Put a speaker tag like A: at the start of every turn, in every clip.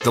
A: The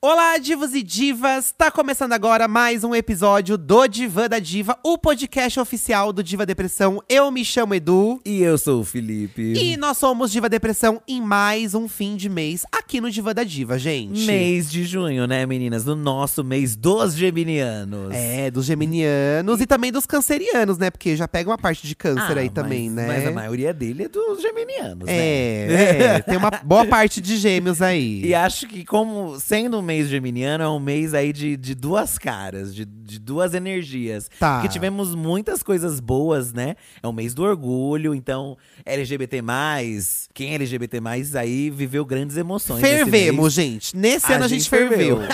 B: Olá, divos e divas! Tá começando agora mais um episódio do Divã da Diva, o podcast oficial do Diva Depressão. Eu me chamo Edu.
C: E eu sou o Felipe.
B: E nós somos Diva Depressão em mais um fim de mês aqui no Diva da Diva, gente.
C: Mês de junho, né, meninas? No nosso mês dos geminianos.
B: É, dos geminianos e também dos cancerianos, né? Porque já pega uma parte de câncer
C: Ah,
B: aí
C: mas-
B: também, né?
C: Mas a maioria dele é dos geminianos, né?
B: É, é, tem uma boa parte de gêmeos aí.
C: E acho que, como sendo um mês geminiano, é um mês aí de, de duas caras, de, de duas energias.
B: Tá.
C: Que tivemos muitas coisas boas, né? É um mês do orgulho, então LGBT. Quem é LGBT aí viveu grandes emoções. nesse mês.
B: Fervemos, gente. Nesse ano a gente, ferveu.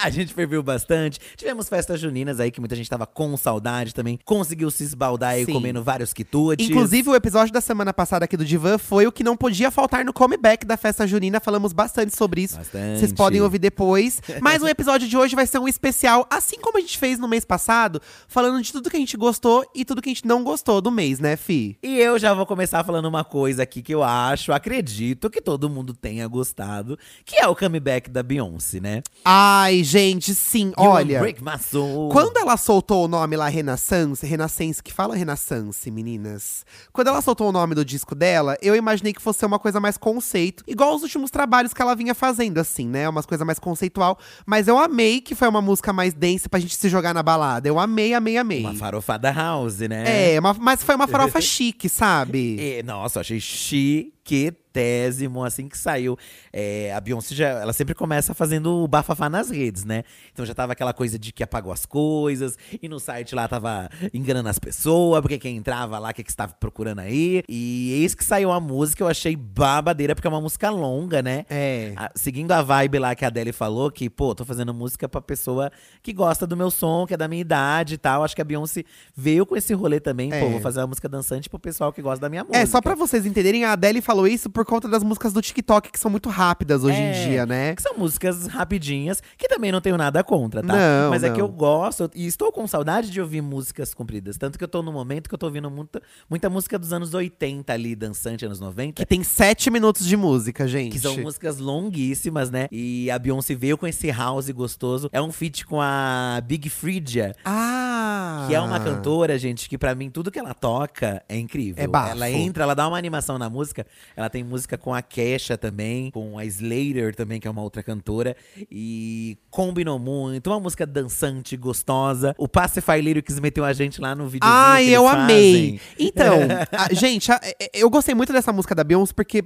B: Sim.
C: comendo vários quitutes.
B: Inclusive, o episódio da semana passada aqui do Divan foi o que não podia faltar no comeback da festa junina. Falamos bastante sobre isso.
C: Bastante.
B: Vocês podem ouvir depois. Mas o episódio de hoje vai ser um especial, assim como a gente fez no mês passado, falando de tudo que a gente gostou e tudo que a gente não gostou do mês, né, Fi?
C: E eu já vou começar falando uma coisa aqui que eu acho, acredito que todo mundo tenha gostado, que é o comeback da Beyoncé, né?
B: Ai, gente, sim,
C: You
B: olha.
C: Break My Soul.
B: Quando ela soltou o nome lá, Renaissance, Renaissance, que fala Renaissance, meninas. Quando ela soltou o nome do disco dela, eu imaginei que fosse uma coisa mais conceito, igual os últimos trabalhos que ela vinha fazendo, assim, né? Umas coisas mais conceitual. Mas eu amei que foi uma música mais densa pra gente se jogar na balada. Eu amei, amei, amei.
C: Uma farofada house, né?
B: é, uma- mas foi uma farofa chique, sabe?
C: E, É, nossa, eu achei chiquetésimo assim que saiu. É, a Beyoncé já, ela sempre começa fazendo o bafafá nas redes, né? Então já tava aquela coisa de que apagou as coisas, e no site lá tava enganando as pessoas, porque quem entrava lá, o que, que estava procurando aí. E eis que saiu a música, eu achei babadeira, porque é uma música longa, né?
B: É.
C: A- seguindo a vibe lá que a Adele falou, que, pô, tô fazendo música pra pessoa que gosta do meu som, que é da minha idade e tal. Acho que a Beyoncé veio com esse rolê também,
B: É.
C: pô, vou fazer uma música dançante pro pessoal que gosta da minha música.
B: É, só pra vocês entenderem, a Adele falou isso por conta das músicas do TikTok, que são muito rápidas hoje
C: É.
B: em dia, né?
C: Que são músicas rapidinhas, que também não tenho nada contra, tá?
B: Não,
C: Mas é
B: não.
C: que eu gosto, e estou com saudade de ouvir músicas compridas. Tanto que eu tô no momento que eu tô ouvindo muita, muita música dos anos 80 ali, dançante, anos 90.
B: Que tem sete minutos de música, gente.
C: Que são músicas longuíssimas, né? E a Beyoncé veio com esse house gostoso. É um feat com a Big Fridia,
B: Ah!
C: que é uma cantora, gente, que pra mim tudo que ela toca é incrível.
B: É bafo.
C: Ela entra, ela dá uma animação na música. Ela tem música com a Kesha também, com a Slater também, que é uma outra cantora. E combinou muito. Uma música dançante, gostosa. O Pacify Lyrics meteu a gente lá no videozinho
B: Ai,
C: que eles
B: eu
C: fazem.
B: amei! Então, a- gente, a- é- eu gostei muito dessa música da Beyoncé, porque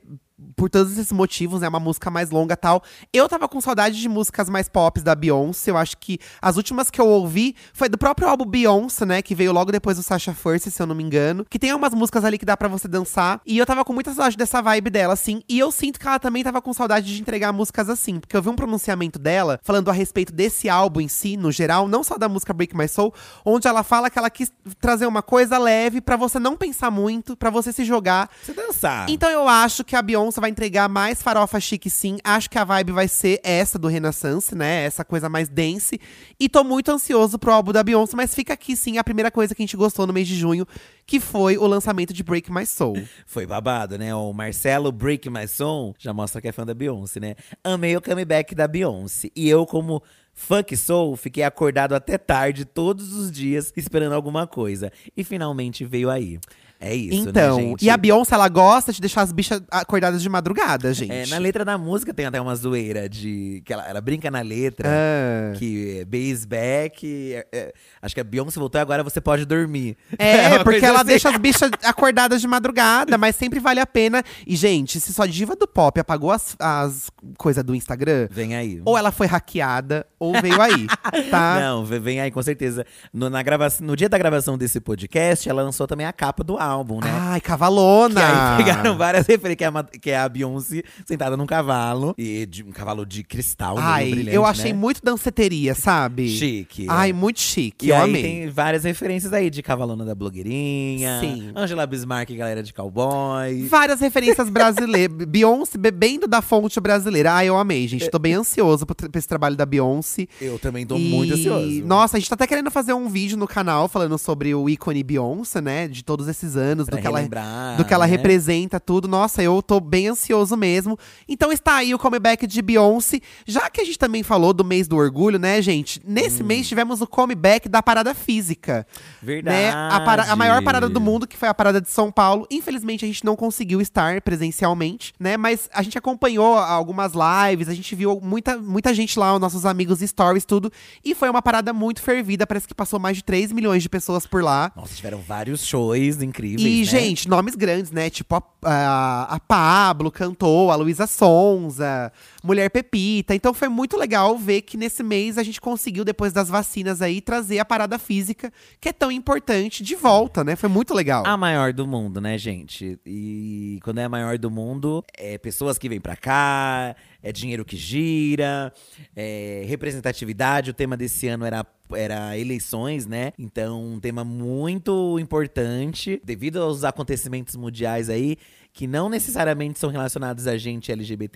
B: por todos esses motivos, é uma música mais longa e tal. Eu tava com saudade de músicas mais pop da Beyoncé. Eu acho que as últimas que eu ouvi foi do próprio álbum Beyoncé, né? Que veio logo depois do Sasha First, se eu não me engano. Que tem umas músicas ali que dá pra você dançar. E eu tava com muita saudade dessa vibe dela, assim. E eu sinto que ela também tava com saudade de entregar músicas assim. Porque eu vi um pronunciamento dela falando a respeito desse álbum em si, no geral, não só da música Break My Soul, onde ela fala que ela quis trazer uma coisa leve pra você não pensar muito, pra você se jogar.
C: Você dançar.
B: Então eu acho que a Beyoncé vai entregar mais farofa chique sim. Acho que a vibe vai ser essa do Renaissance, né? Essa coisa mais dance. E tô muito ansioso pro álbum da Beyoncé, mas fica aqui sim a primeira coisa que a gente gostou no mês de junho, que foi o lançamento de Break My Soul.
C: Foi babado, né? O Marcelo Break My Soul já mostra que é fã da Beyoncé, né? Amei o comeback da Beyoncé. E eu, como fã que sou, fiquei acordado até tarde todos os dias esperando alguma coisa. E finalmente veio aí. É isso,
B: então,
C: né, gente?
B: e a Beyoncé, ela gosta de deixar as bichas acordadas de madrugada, gente.
C: É, na letra da música tem até uma zoeira de. que ela, ela brinca na letra.
B: Ah.
C: Que é base back. é, é, acho que a Beyoncé voltou e agora você pode dormir.
B: É,
C: uma
B: porque
C: coisa
B: ela
C: assim.
B: deixa as bichas acordadas de madrugada, mas sempre vale a pena. E, gente, se só diva do pop apagou as, as coisas do Instagram,
C: Vem aí.
B: Ou ela foi hackeada, ou veio aí, tá?
C: Não, ve- vem aí, com certeza. No, na grava no dia da gravação desse podcast, ela lançou também a capa do álbum, né?
B: Ai, cavalona!
C: Que aí pegaram várias referências, que é, uma- que é a Beyoncé sentada num cavalo. E de, um cavalo de cristal, meio
B: Ai,
C: brilhante,
B: eu achei
C: né?
B: muito danceteria, sabe?
C: Chique.
B: Ai, muito chique.
C: E
B: eu
C: aí
B: amei.
C: tem várias referências aí de Cavalona da Blogueirinha.
B: Sim.
C: Angela Bismarck, galera de cowboy.
B: Várias referências brasileiras. Beyoncé bebendo da fonte brasileira. Ai, eu amei,
C: É.
B: gente. Tô bem ansioso pra tra- pra esse trabalho da Beyoncé.
C: Eu também tô
B: E,
C: muito ansioso.
B: Nossa, a gente tá até querendo fazer um vídeo no canal falando sobre o ícone Beyoncé, né? De todos esses anos,
C: Pra
B: do que, ela,
C: relembrar,
B: do que ela
C: né?
B: representa, tudo. Nossa, eu tô bem ansioso mesmo. Então está aí o comeback de Beyoncé. Já que a gente também falou do mês do orgulho, né, gente?
C: Hum.
B: Nesse mês tivemos o comeback da parada física.
C: Verdade.
B: Né? A, para- a maior parada do mundo, que foi a parada de São Paulo. Infelizmente, a gente não conseguiu estar presencialmente, né? Mas a gente acompanhou algumas lives, a gente viu muita, muita gente lá, os nossos amigos stories, tudo. E foi uma parada muito fervida, parece que passou mais de 3 milhões de pessoas por lá.
C: Nossa, tiveram vários shows incríveis.
B: E,
C: né?
B: gente, nomes grandes, né? Tipo, a, a, a Pablo cantou, a Luísa Sonza, Mulher Pepita. Então foi muito legal ver que nesse mês a gente conseguiu, depois das vacinas aí, trazer a parada física, que é tão importante, de volta, né? Foi muito legal.
C: A maior do mundo, né, gente? E quando é a maior do mundo, é pessoas que vêm pra cá, é dinheiro que gira, é representatividade. O tema desse ano era, era eleições, né? Então, um tema muito importante, devido aos acontecimentos mundiais aí, que não necessariamente são relacionados a gente LGBT.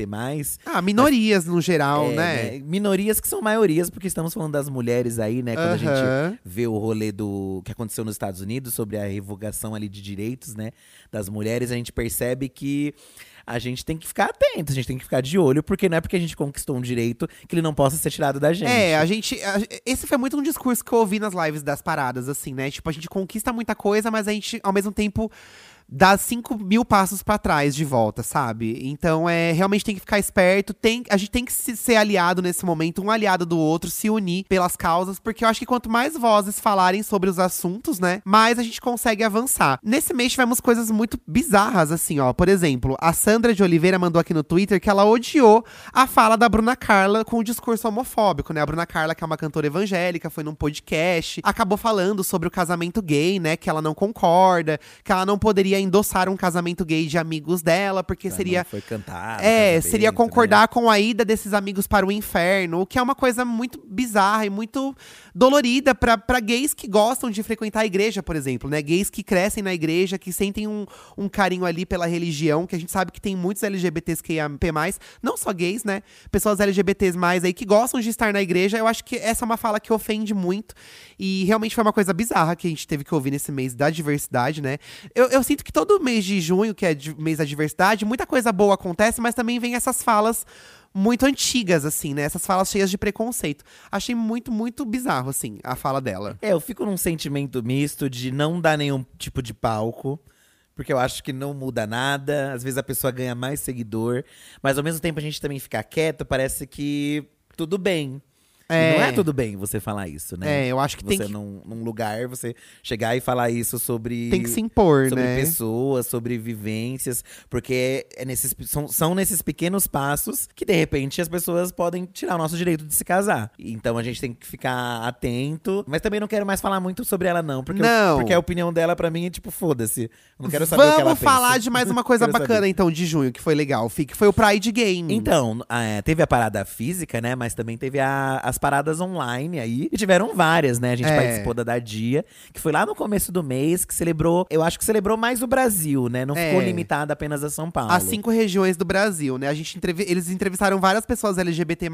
B: Ah, minorias no geral,
C: é,
B: né?
C: né? Minorias que são maiorias, porque estamos falando das mulheres aí, né? Quando a
B: Aham.
C: gente vê o rolê do que aconteceu nos Estados Unidos sobre a revogação ali de direitos, né? Das mulheres, a gente percebe que a gente tem que ficar atento, a gente tem que ficar de olho, porque não é porque a gente conquistou um direito que ele não possa ser tirado da gente.
B: É, a gente. a- esse foi muito um discurso que eu ouvi nas lives das paradas, assim, né? Tipo, a gente conquista muita coisa, mas a gente, ao mesmo tempo, dá 5 mil passos pra trás de volta, sabe? Então, é realmente tem que ficar esperto. Tem, a gente tem que se- ser aliado nesse momento, um aliado do outro, se unir pelas causas, porque eu acho que quanto mais vozes falarem sobre os assuntos, né? Mais a gente consegue avançar. Nesse mês tivemos coisas muito bizarras, assim, ó. Por exemplo, a Sandra de Oliveira mandou aqui no Twitter que ela odiou a fala da Bruna Carla com o discurso homofóbico, né? A Bruna Carla, que é uma cantora evangélica, foi num podcast, acabou falando sobre o casamento gay, né? Que ela não concorda, que ela não poderia endossar um casamento gay de amigos dela, porque
C: Pra
B: seria
C: não Foi cantado.
B: é,
C: casamento,
B: seria
C: né?
B: concordar com a ida desses amigos para o inferno, o que é uma coisa muito bizarra e muito dolorida pra pra gays que gostam de frequentar a igreja, por exemplo, né? Gays que crescem na igreja, que sentem um, um carinho ali pela religião, que a gente sabe que tem muitos LGBTs que não só gays, né? Pessoas LGBTs mais aí que gostam de estar na igreja. Eu acho que essa é uma fala que ofende muito e realmente foi uma coisa bizarra que a gente teve que ouvir nesse mês da diversidade, né? Eu, eu sinto que todo mês de junho, que é di- mês da diversidade, muita coisa boa acontece, mas também vem essas falas muito antigas, assim, né? Essas falas cheias de preconceito. Achei muito, muito bizarro, assim, a fala dela.
C: É, eu fico num sentimento misto de não dar nenhum tipo de palco. Porque eu acho que não muda nada. Às vezes a pessoa ganha mais seguidor. Mas ao mesmo tempo a gente também ficar quieto, parece que tudo bem. E
B: É.
C: não é tudo bem você falar isso, né?
B: É, eu acho que
C: você
B: tem que-
C: num, num lugar, você chegar e falar isso sobre.
B: Tem que se impor,
C: sobre
B: né?
C: pessoas, sobre vivências. Porque é nesses, pe- são, são nesses pequenos passos que, de repente, as pessoas podem tirar o nosso direito de se casar. Então a gente tem que ficar atento. Mas também não quero mais falar muito sobre ela, não. Porque, eu-
B: Não.
C: porque a opinião dela, pra mim, é tipo, foda-se. Eu Não quero saber
B: Vamos
C: o que ela
B: falar
C: pensa.
B: de mais uma coisa
C: Quero saber.
B: bacana, então, de junho, que foi legal, Fih, que foi o Pride Game.
C: Então, ah, é, teve a parada física, né? Mas também teve a- as paradas online aí. E tiveram várias, né? A gente
B: É.
C: participou da da Dia, que foi lá no começo do mês, que celebrou. Eu acho que celebrou mais o Brasil, né? Não
B: É. Assim
C: ficou limitada apenas a São Paulo.
B: As cinco regiões do Brasil, né? A gente entrevi- eles entrevistaram várias pessoas LGBT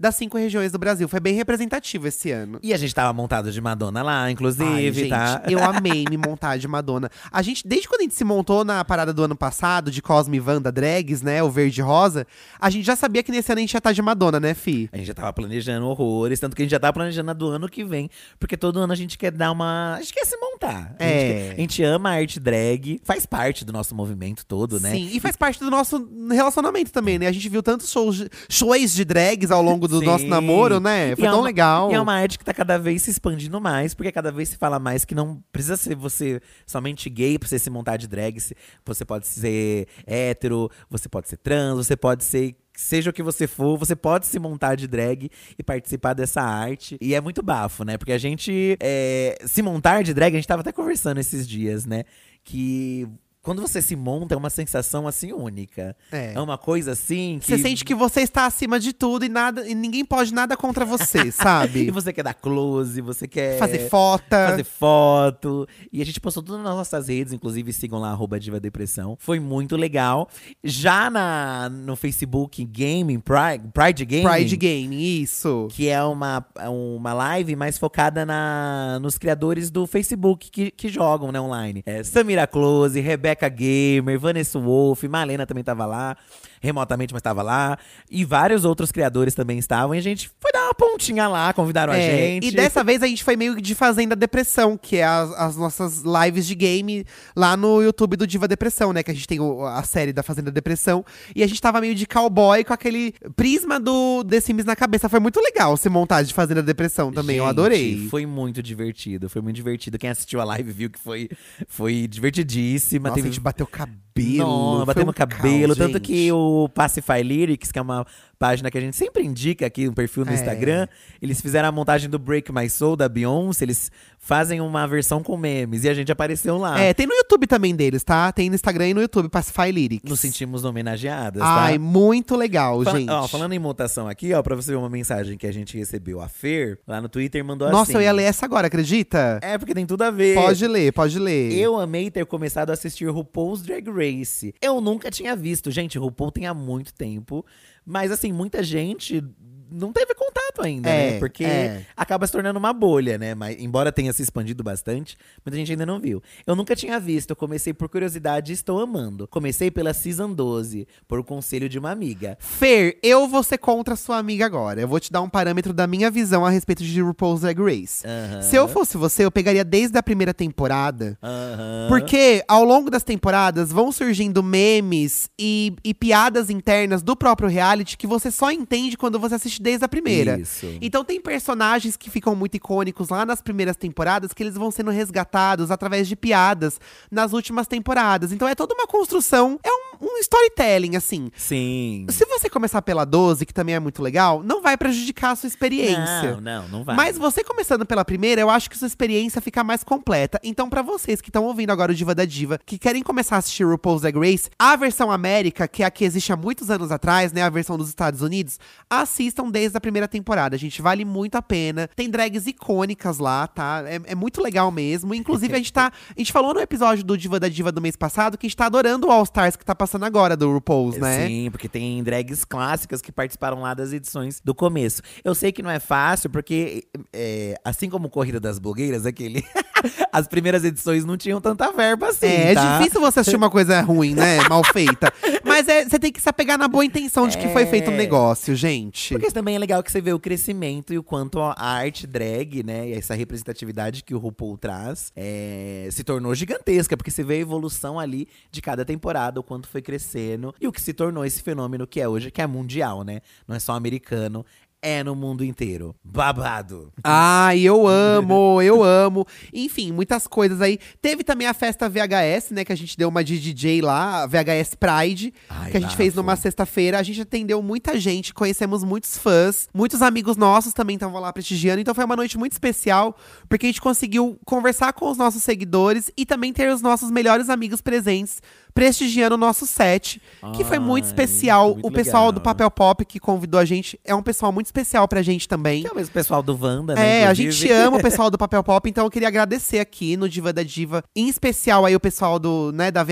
B: das cinco regiões do Brasil. Foi bem representativo esse ano.
C: E a gente tava montado de Madonna lá, inclusive,
B: Ai, gente,
C: tá?
B: eu amei me montar de Madonna. A gente, desde quando a gente se montou na parada do ano passado, de Cosme e Wanda Drags, né? O verde e rosa, a gente já sabia que nesse ano a gente ia estar de Madonna, né, Fi?
C: A gente já tava planejando horrores, tanto que a gente já tava planejando a do ano que vem. Porque todo ano a gente quer dar uma. A gente quer se montar. A gente
B: É.
C: quer- A gente ama a arte drag, faz parte do nosso movimento todo, né?
B: Sim, e faz parte do nosso relacionamento também, né? A gente viu tantos shows, de- shows de drags ao longo do
C: Sim.
B: nosso namoro, né?
C: E
B: Foi
C: é
B: tão
C: uma-
B: legal.
C: E é uma arte que tá cada vez se expandindo mais, porque cada vez se fala mais que não precisa ser você somente gay pra você se montar de drag. se- Você pode ser hétero, você pode ser trans, você pode ser seja o que você for, você pode se montar de drag e participar dessa arte. E é muito bafo, né? Porque a gente é, se montar de drag, a gente tava até conversando esses dias, né? Que quando você se monta é uma sensação assim única.
B: É.
C: É, uma coisa assim que
B: Você sente que você está acima de tudo e nada e ninguém pode nada contra você,
C: e
B: sabe?
C: você quer dar close, você quer
B: Fazer foto.
C: fazer foto. E a gente postou tudo nas nossas redes, inclusive sigam lá, arroba Diva Depressão. Foi muito legal. Já na, no Facebook Gaming, Pride, Pride Gaming.
B: Pride Game, isso.
C: Que é uma, uma live mais focada na, nos criadores do Facebook que, que jogam né, online. É, Samira Close, Rebeca Gamer, Vanessa Wolf, Malena também tava lá, remotamente, mas tava lá. E vários outros criadores também estavam. E a gente foi dar uma pontinha lá, convidaram a
B: É,
C: gente.
B: E dessa vez a gente foi meio de Fazenda Depressão, que é as, as nossas lives de game lá no YouTube do Diva Depressão, né? Que a gente tem o- a série da Fazenda Depressão. E a gente tava meio de cowboy com aquele prisma do The Sims na cabeça. Foi muito legal se montar de Fazenda Depressão também, eu
C: Gente,
B: adorei.
C: Foi muito divertido, foi muito divertido. Quem assistiu a live viu que foi, foi divertidíssima.
B: Nossa, a gente bateu cabelo.
C: Não,
B: foi
C: batemos
B: um
C: cabelo.
B: caos,
C: tanto
B: gente.
C: que o Pacify Lyrics, que é uma página que a gente sempre indica aqui, um perfil no
B: É.
C: Instagram, eles fizeram a montagem do Break My Soul da Beyoncé. Eles fazem uma versão com memes e a gente apareceu lá.
B: É, tem no YouTube também deles, tá? Tem no Instagram e no YouTube, Pacify Lyrics.
C: Nos sentimos homenageadas.
B: Ai,
C: tá?
B: muito legal,
C: Fala-
B: gente.
C: ó, falando em mutação aqui, ó, pra você ver uma mensagem que a gente recebeu. A Fer, lá no Twitter, mandou
B: Nossa,
C: assim.
B: eu ia ler essa agora, acredita?
C: É, porque tem tudo a ver.
B: Pode ler, pode ler.
C: Eu amei ter começado a assistir RuPaul's Drag Race. Eu nunca tinha visto. Gente, RuPaul tem há muito tempo. Mas, assim, muita gente não teve contato ainda,
B: É,
C: né? Porque
B: é.
C: acaba se tornando uma bolha, né? Mas, embora tenha se expandido bastante, muita gente ainda não viu. Eu nunca tinha visto. Eu comecei por curiosidade e estou amando. Comecei pela Season 12, por conselho de uma amiga.
B: Fer, eu vou ser contra sua amiga agora. Eu vou te dar um parâmetro da minha visão a respeito de RuPaul's Drag Race.
C: Aham.
B: Se eu fosse você, eu pegaria desde a primeira temporada.
C: Aham.
B: Porque ao longo das temporadas vão surgindo memes e, e piadas internas do próprio reality que você só entende quando você assiste desde a primeira.
C: Isso.
B: Então tem personagens que ficam muito icônicos lá nas primeiras temporadas que eles vão sendo resgatados através de piadas nas últimas temporadas. Então é toda uma construção, é um- um storytelling, assim.
C: Sim.
B: Se você começar pela 12, que também é muito legal, não vai prejudicar a sua experiência.
C: Não, não, não vai.
B: Mas você começando pela primeira, eu acho que sua experiência fica mais completa. Então, pra vocês que estão ouvindo agora o Diva da Diva, que querem começar a assistir RuPaul's Drag Race, a versão América, que é a que existe há muitos anos atrás, né, a versão dos Estados Unidos, assistam desde a primeira temporada, gente, vale muito a pena. Tem drags icônicas lá, tá? É, é muito legal mesmo. Inclusive, a gente tá, a gente falou no episódio do Diva da Diva do mês passado que a gente tá adorando o All Stars que tá passando agora do RuPaul's, né?
C: É, Sim, porque tem drags clássicas que participaram lá das edições do começo. Eu sei que não é fácil, porque é, assim como Corrida das Blogueiras, aquele. as primeiras edições não tinham tanta verba assim.
B: É,
C: tá?
B: é difícil você assistir uma coisa ruim, né? Mal feita. Mas é- você tem que se apegar na boa intenção de que foi feito o um
C: É.
B: negócio, gente.
C: Porque isso também é legal que você vê o crescimento e o quanto a arte drag, né? E essa representatividade que o RuPaul traz é, se tornou gigantesca. Porque você vê a evolução ali de cada temporada, o quanto foi crescendo. E o que se tornou esse fenômeno que é hoje, que é mundial, né? Não é só americano, é no mundo inteiro. Babado!
B: Ai, Ah, eu amo, eu amo. Enfim, muitas coisas aí. Teve também a festa VHS, né? Que a gente deu uma de DJ lá, a VHS Pride,
C: Ai,
B: que a gente fez
C: bafo.
B: numa sexta-feira. A gente atendeu muita gente, conhecemos muitos fãs, muitos amigos nossos também estavam lá prestigiando. Então foi uma noite muito especial, porque a gente conseguiu conversar com os nossos seguidores e também ter os nossos melhores amigos presentes prestigiando o nosso set, que foi muito
C: Ai,
B: especial.
C: muito
B: o pessoal
C: legal.
B: do Papel Pop que convidou a gente é um pessoal muito especial pra gente também.
C: Que é o mesmo pessoal do Wanda, né?
B: É, a
C: inclusive.
B: gente ama o pessoal do Papel Pop, então eu queria agradecer aqui no Diva da Diva, em especial aí o pessoal do, né, da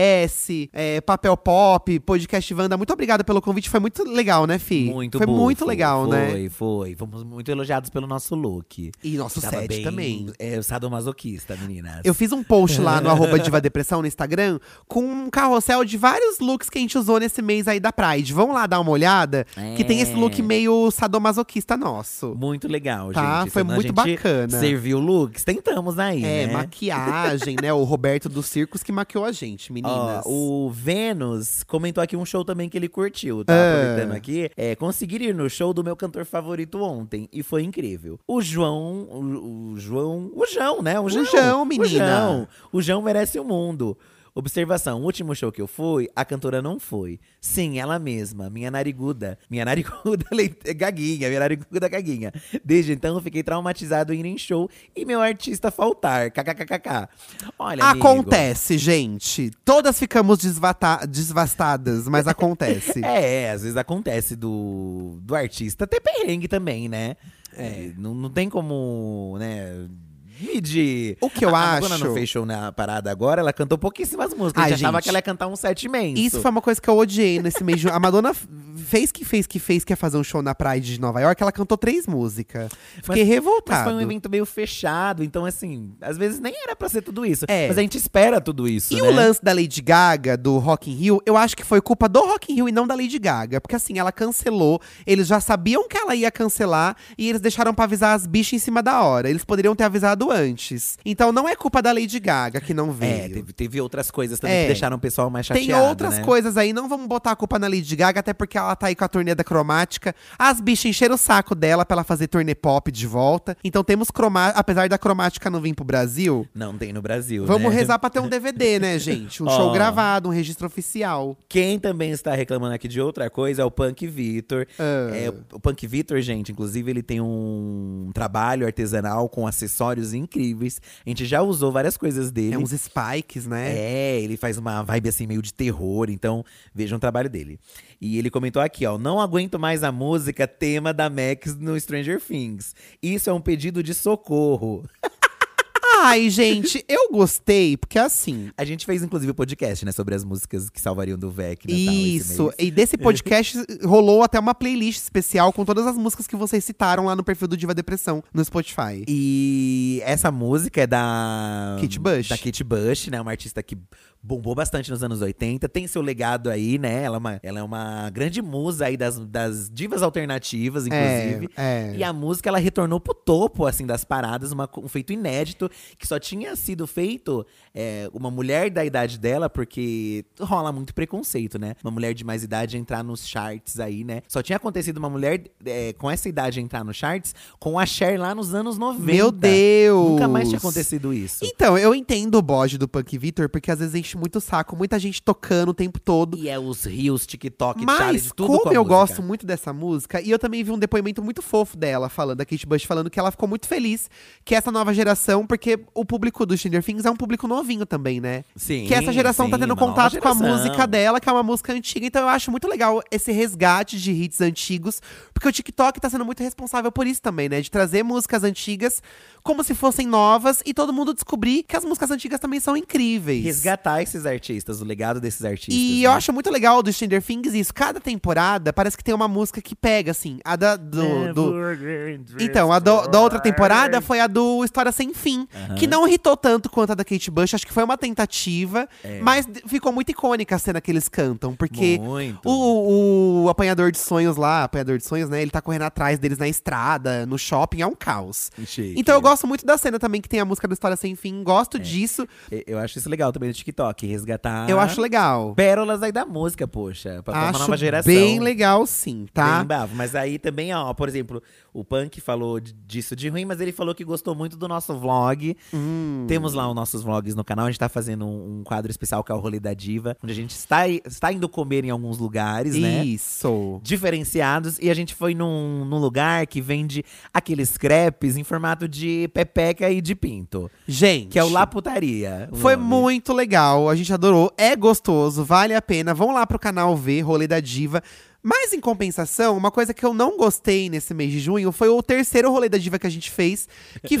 B: VHS, é, Papel Pop, Podcast Wanda. Muito obrigada pelo convite, foi muito legal, né, Fi?
C: Muito
B: Foi
C: bom.
B: muito legal,
C: foi,
B: né?
C: Foi, foi. Fomos muito elogiados pelo nosso look.
B: E nosso
C: Tava
B: set
C: bem,
B: também.
C: É, sadomasoquista, meninas.
B: Eu fiz um post lá no arroba Diva Depressão no Instagram com um carrossel de vários looks que a gente usou nesse mês aí da Pride. Vão lá dar uma olhada, que tem esse look
C: É.
B: meio sadomasoquista nosso.
C: Muito legal,
B: Tá,
C: gente.
B: foi
C: Senão a
B: muito
C: gente
B: bacana.
C: Serviu looks, tentamos aí,
B: É,
C: né?
B: maquiagem, né? O Roberto dos Circos que maquiou a gente, meninas.
C: Ó, Ah, o Vênus comentou aqui um show também que ele curtiu, tá?
B: Ah.
C: Aproveitando aqui. É, conseguir ir no show do meu cantor favorito ontem. E foi incrível. O João. O, o João. O João, né? O João,
B: João, menina.
C: O João, o João merece o mundo. Observação: o último show que eu fui, a cantora não foi. Sim, ela mesma, minha nariguda. Minha nariguda leite- gaguinha, minha nariguda gaguinha. Desde então eu fiquei traumatizado em ir em show e meu artista faltar. KKKKK. Olha, amigo,
B: acontece, gente. Todas ficamos desvata- desvastadas, mas acontece.
C: É, às vezes acontece do, do artista ter perrengue também, né? É, não, não tem como, né, medir.
B: O que eu
C: a,
B: acho-
C: A Madonna não fez show na parada agora, ela cantou pouquíssimas músicas.
B: Ai,
C: a gente achava
B: gente.
C: que ela ia cantar um set imenso.
B: Isso foi uma coisa que eu odiei nesse mês de junho. A Madonna f- fez que fez que fez que ia fazer um show na Pride de Nova York. Ela cantou três músicas. Fiquei
C: Mas
B: revoltada.
C: foi um evento meio fechado, então assim, às vezes nem era pra ser tudo isso.
B: É.
C: Mas a gente espera tudo isso,
B: E
C: né?
B: o lance da Lady Gaga, do Rock in Rio, eu acho que foi culpa do Rock in Rio e não da Lady Gaga. Porque assim, ela cancelou, eles já sabiam que ela ia cancelar e eles deixaram pra avisar as bichas em cima da hora. Eles poderiam ter avisado antes. Então não é culpa da Lady Gaga que não veio.
C: É, teve, teve outras coisas também
B: É.
C: que deixaram o pessoal mais chateado,
B: Tem outras
C: né?
B: coisas aí, não vamos botar a culpa na Lady Gaga, até porque ela tá aí com a turnê da cromática. As bichas encheram o saco dela pra ela fazer turnê pop de volta. Então temos cromática, apesar da cromática não vir pro Brasil,
C: Não tem no Brasil,
B: vamos
C: né?
B: rezar pra ter um DVD, né, gente? Um
C: Ó. É
B: show gravado, um registro oficial.
C: Quem também está reclamando aqui de outra coisa é o Punk Vitor.
B: Ah.
C: É, o Punk Vitor, gente, inclusive, ele tem um trabalho artesanal com acessórios incríveis. A gente já usou várias coisas dele.
B: É uns spikes, né?
C: um É, ele faz uma vibe assim meio de terror, então vejam o trabalho dele. E ele comentou aqui, ó, não aguento mais a música tema da Max no Stranger Things. Isso é um pedido de socorro.
B: Ai, gente, eu gostei, porque assim.
C: A gente fez inclusive o podcast, né, sobre as músicas que salvariam do VEC, né, tal, esse
B: Isso,
C: mês.
B: e desse podcast rolou até uma playlist especial com todas as músicas que vocês citaram lá no perfil do Diva Depressão no Spotify.
C: E essa música é da
B: Kate Bush.
C: Da Kate Bush, né? Uma artista que bombou bastante nos anos 80, tem seu legado aí, né? Ela é uma, ela é uma grande musa aí das, das divas alternativas, inclusive.
B: É, é.
C: E a música ela retornou pro topo assim das paradas, uma co- um feito inédito que só tinha sido feito é, uma mulher da idade dela, porque rola muito preconceito, né? Uma mulher de mais idade entrar nos charts aí, né? Só tinha acontecido uma mulher é, com essa idade entrar nos charts com a Cher lá nos anos 90.
B: Meu Deus!
C: Nunca mais tinha acontecido isso.
B: Então, eu entendo o bode do Punk Vitor, porque às vezes enche muito o saco, muita gente tocando o tempo todo.
C: E é os rios, TikTok,
B: Mas
C: challenge, tudo
B: como
C: com a
B: eu
C: música.
B: gosto muito dessa música, e eu também vi um depoimento muito fofo dela falando, da Kate Bush falando que ela ficou muito feliz que essa nova geração, porque o público do Stranger Things é um público novinho também, né?
C: Sim,
B: que essa geração tá
C: sim,
B: tendo
C: uma nova
B: contato com a
C: geração.
B: música dela, que é uma música antiga. Então eu acho muito legal esse resgate de hits antigos, porque o TikTok tá sendo muito responsável por isso também, né? De trazer músicas antigas como se fossem novas e todo mundo descobrir que as músicas antigas também são incríveis.
C: Resgatar esses artistas, o legado desses artistas.
B: E
C: né?
B: eu acho muito legal do Stranger Things isso. Cada temporada parece que tem uma música que pega, assim. A da, do, do- Então, a do- da outra temporada foi a do História Sem Fim, que não irritou tanto quanto a da Kate Bush. Acho que foi uma tentativa,
C: É.
B: mas d- ficou muito icônica a cena que eles cantam, porque.
C: Muito.
B: O, o apanhador de sonhos lá, apanhador de sonhos, né? Ele tá correndo atrás deles na estrada, no shopping, é um caos.
C: Chique. É.
B: Então eu gosto muito da cena também que tem a música do História Sem Fim, gosto disso,
C: E- Eu acho isso legal também no TikTok, resgatar.
B: eu acho legal.
C: Pérolas aí da música, poxa. Pra pra
B: acho
C: uma nova geração.
B: bem legal sim, tá?
C: Bem bravo. Mas aí também, ó, por exemplo, o Punk falou d- disso de ruim, mas ele falou que gostou muito do nosso vlog.
B: Hum.
C: Temos lá os nossos vlogs no canal. A gente tá fazendo um, um quadro especial que é o Rolê da Diva, onde a gente está, i- está indo comer em alguns lugares, né?
B: Isso.
C: diferenciados e a gente foi num, num lugar que vende aqueles crepes em formato de pepeca e de pinto,
B: Gente.
C: que é o La Putaria. o
B: Foi
C: nome.
B: muito legal, a gente adorou, é gostoso, vale a pena. Vão lá pro canal ver Rolê da Diva. Mas em compensação, uma coisa que eu não gostei nesse mês de junho foi o terceiro rolê da diva que a gente fez,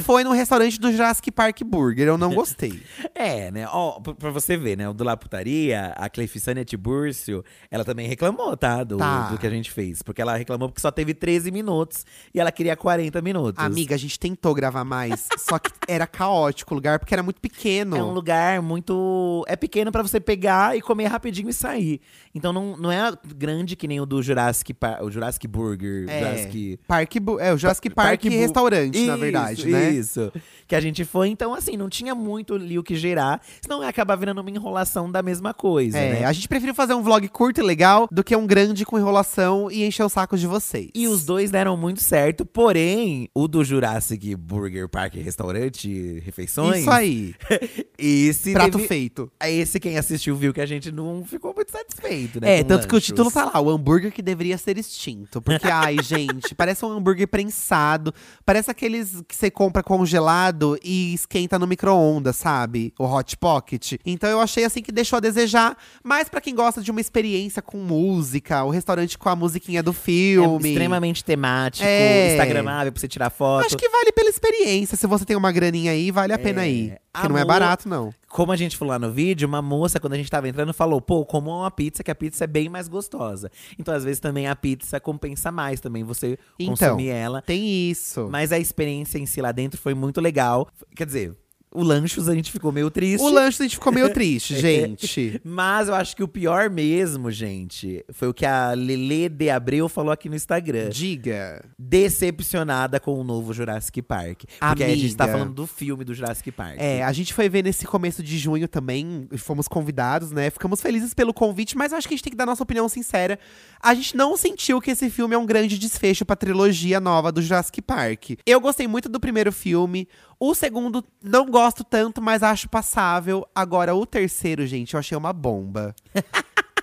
B: que foi no restaurante do Jurassic Park Burger. Eu não gostei.
C: É, né? Ó, pra, pra você ver, né? O do La Putaria, a Clefissânia Tiburcio, ela também reclamou, tá? Do,
B: Tá.
C: do que a gente fez. Porque ela reclamou porque só teve 13 minutos e ela queria 40 minutos.
B: Amiga, a gente tentou gravar mais, só que era caótico o lugar, porque era muito pequeno.
C: É um lugar muito. É pequeno pra você pegar e comer rapidinho e sair. Então não, não é grande que nem o do do Jurassic, Par o Jurassic Burger,
B: É,
C: Jurassic...
B: Parque Bu- é, o Jurassic Park,
C: Bu-
B: Restaurante, na
C: Isso,
B: verdade, né?
C: Isso. Que a gente foi, então, assim, não tinha muito ali o que gerar, senão ia acabar virando uma enrolação da mesma coisa,
B: É,
C: né?
B: a gente prefere fazer um vlog curto e legal do que um grande com enrolação e encher o saco de vocês.
C: E os dois deram muito certo, porém, o do Jurassic Burger Park Restaurante Refeições.
B: Isso aí.
C: Esse
B: prato
C: teve-
B: feito.
C: Esse quem assistiu viu que a gente não ficou muito satisfeito, né?
B: É,
C: com
B: tanto que o
C: lanchos.
B: título tá lá, o hambúrguer que deveria ser extinto. Porque, ai, gente, parece um hambúrguer prensado. Parece aqueles que você compra congelado e esquenta no micro-ondas, sabe? O Hot Pocket. Então eu achei assim que deixou a desejar. Mas pra quem gosta de uma experiência com música, o restaurante com a musiquinha do
C: É
B: filme.
C: extremamente temático,
B: É.
C: instagramável pra você tirar foto.
B: Acho que vale pela experiência. Se você tem uma graninha aí, vale a pena ir. Porque não é
C: amor.
B: barato, não.
C: Como a gente falou lá no vídeo, uma moça, quando a gente tava entrando, falou: pô, como uma pizza, que a pizza é bem mais gostosa. Então, às vezes, também a pizza compensa mais também você
B: Então.
C: consumir ela.
B: Tem isso.
C: Mas a experiência em si lá dentro foi muito legal. Quer dizer, o lanchos a gente ficou meio triste.
B: O lanche a gente ficou meio triste, gente.
C: Mas eu acho que o pior mesmo, gente, foi o que a Lele de Abreu falou aqui no Instagram.
B: Diga.
C: Decepcionada com o novo Jurassic Park. Porque aí a gente tá
B: Amiga.
C: falando do filme do Jurassic Park.
B: É, a gente foi ver nesse começo de junho também, fomos convidados, né? Ficamos felizes pelo convite, mas acho que a gente tem que dar nossa opinião sincera. A gente não sentiu que esse filme é um grande desfecho pra trilogia nova do Jurassic Park. Eu gostei muito do primeiro filme, o segundo não gosto tanto, mas acho passável. Agora, o terceiro, gente, eu achei uma bomba.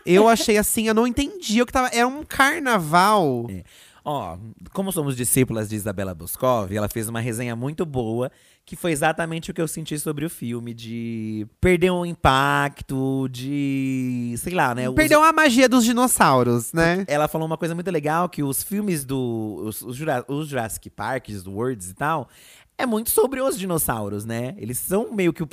B: Eu achei assim, eu não entendi o que tava. Era um carnaval.
C: Ó, como somos discípulas de Isabela Boscov, ela fez uma resenha muito boa, que foi exatamente o que eu senti sobre o filme, de perder um impacto, de. sei lá, né? os-
B: Perdeu a magia dos dinossauros, né?
C: Ela falou uma coisa muito legal: que os filmes do. Os, os, Jura- os Jurassic Parks, do Worlds e tal. É muito sobre os dinossauros, né? Eles são meio que o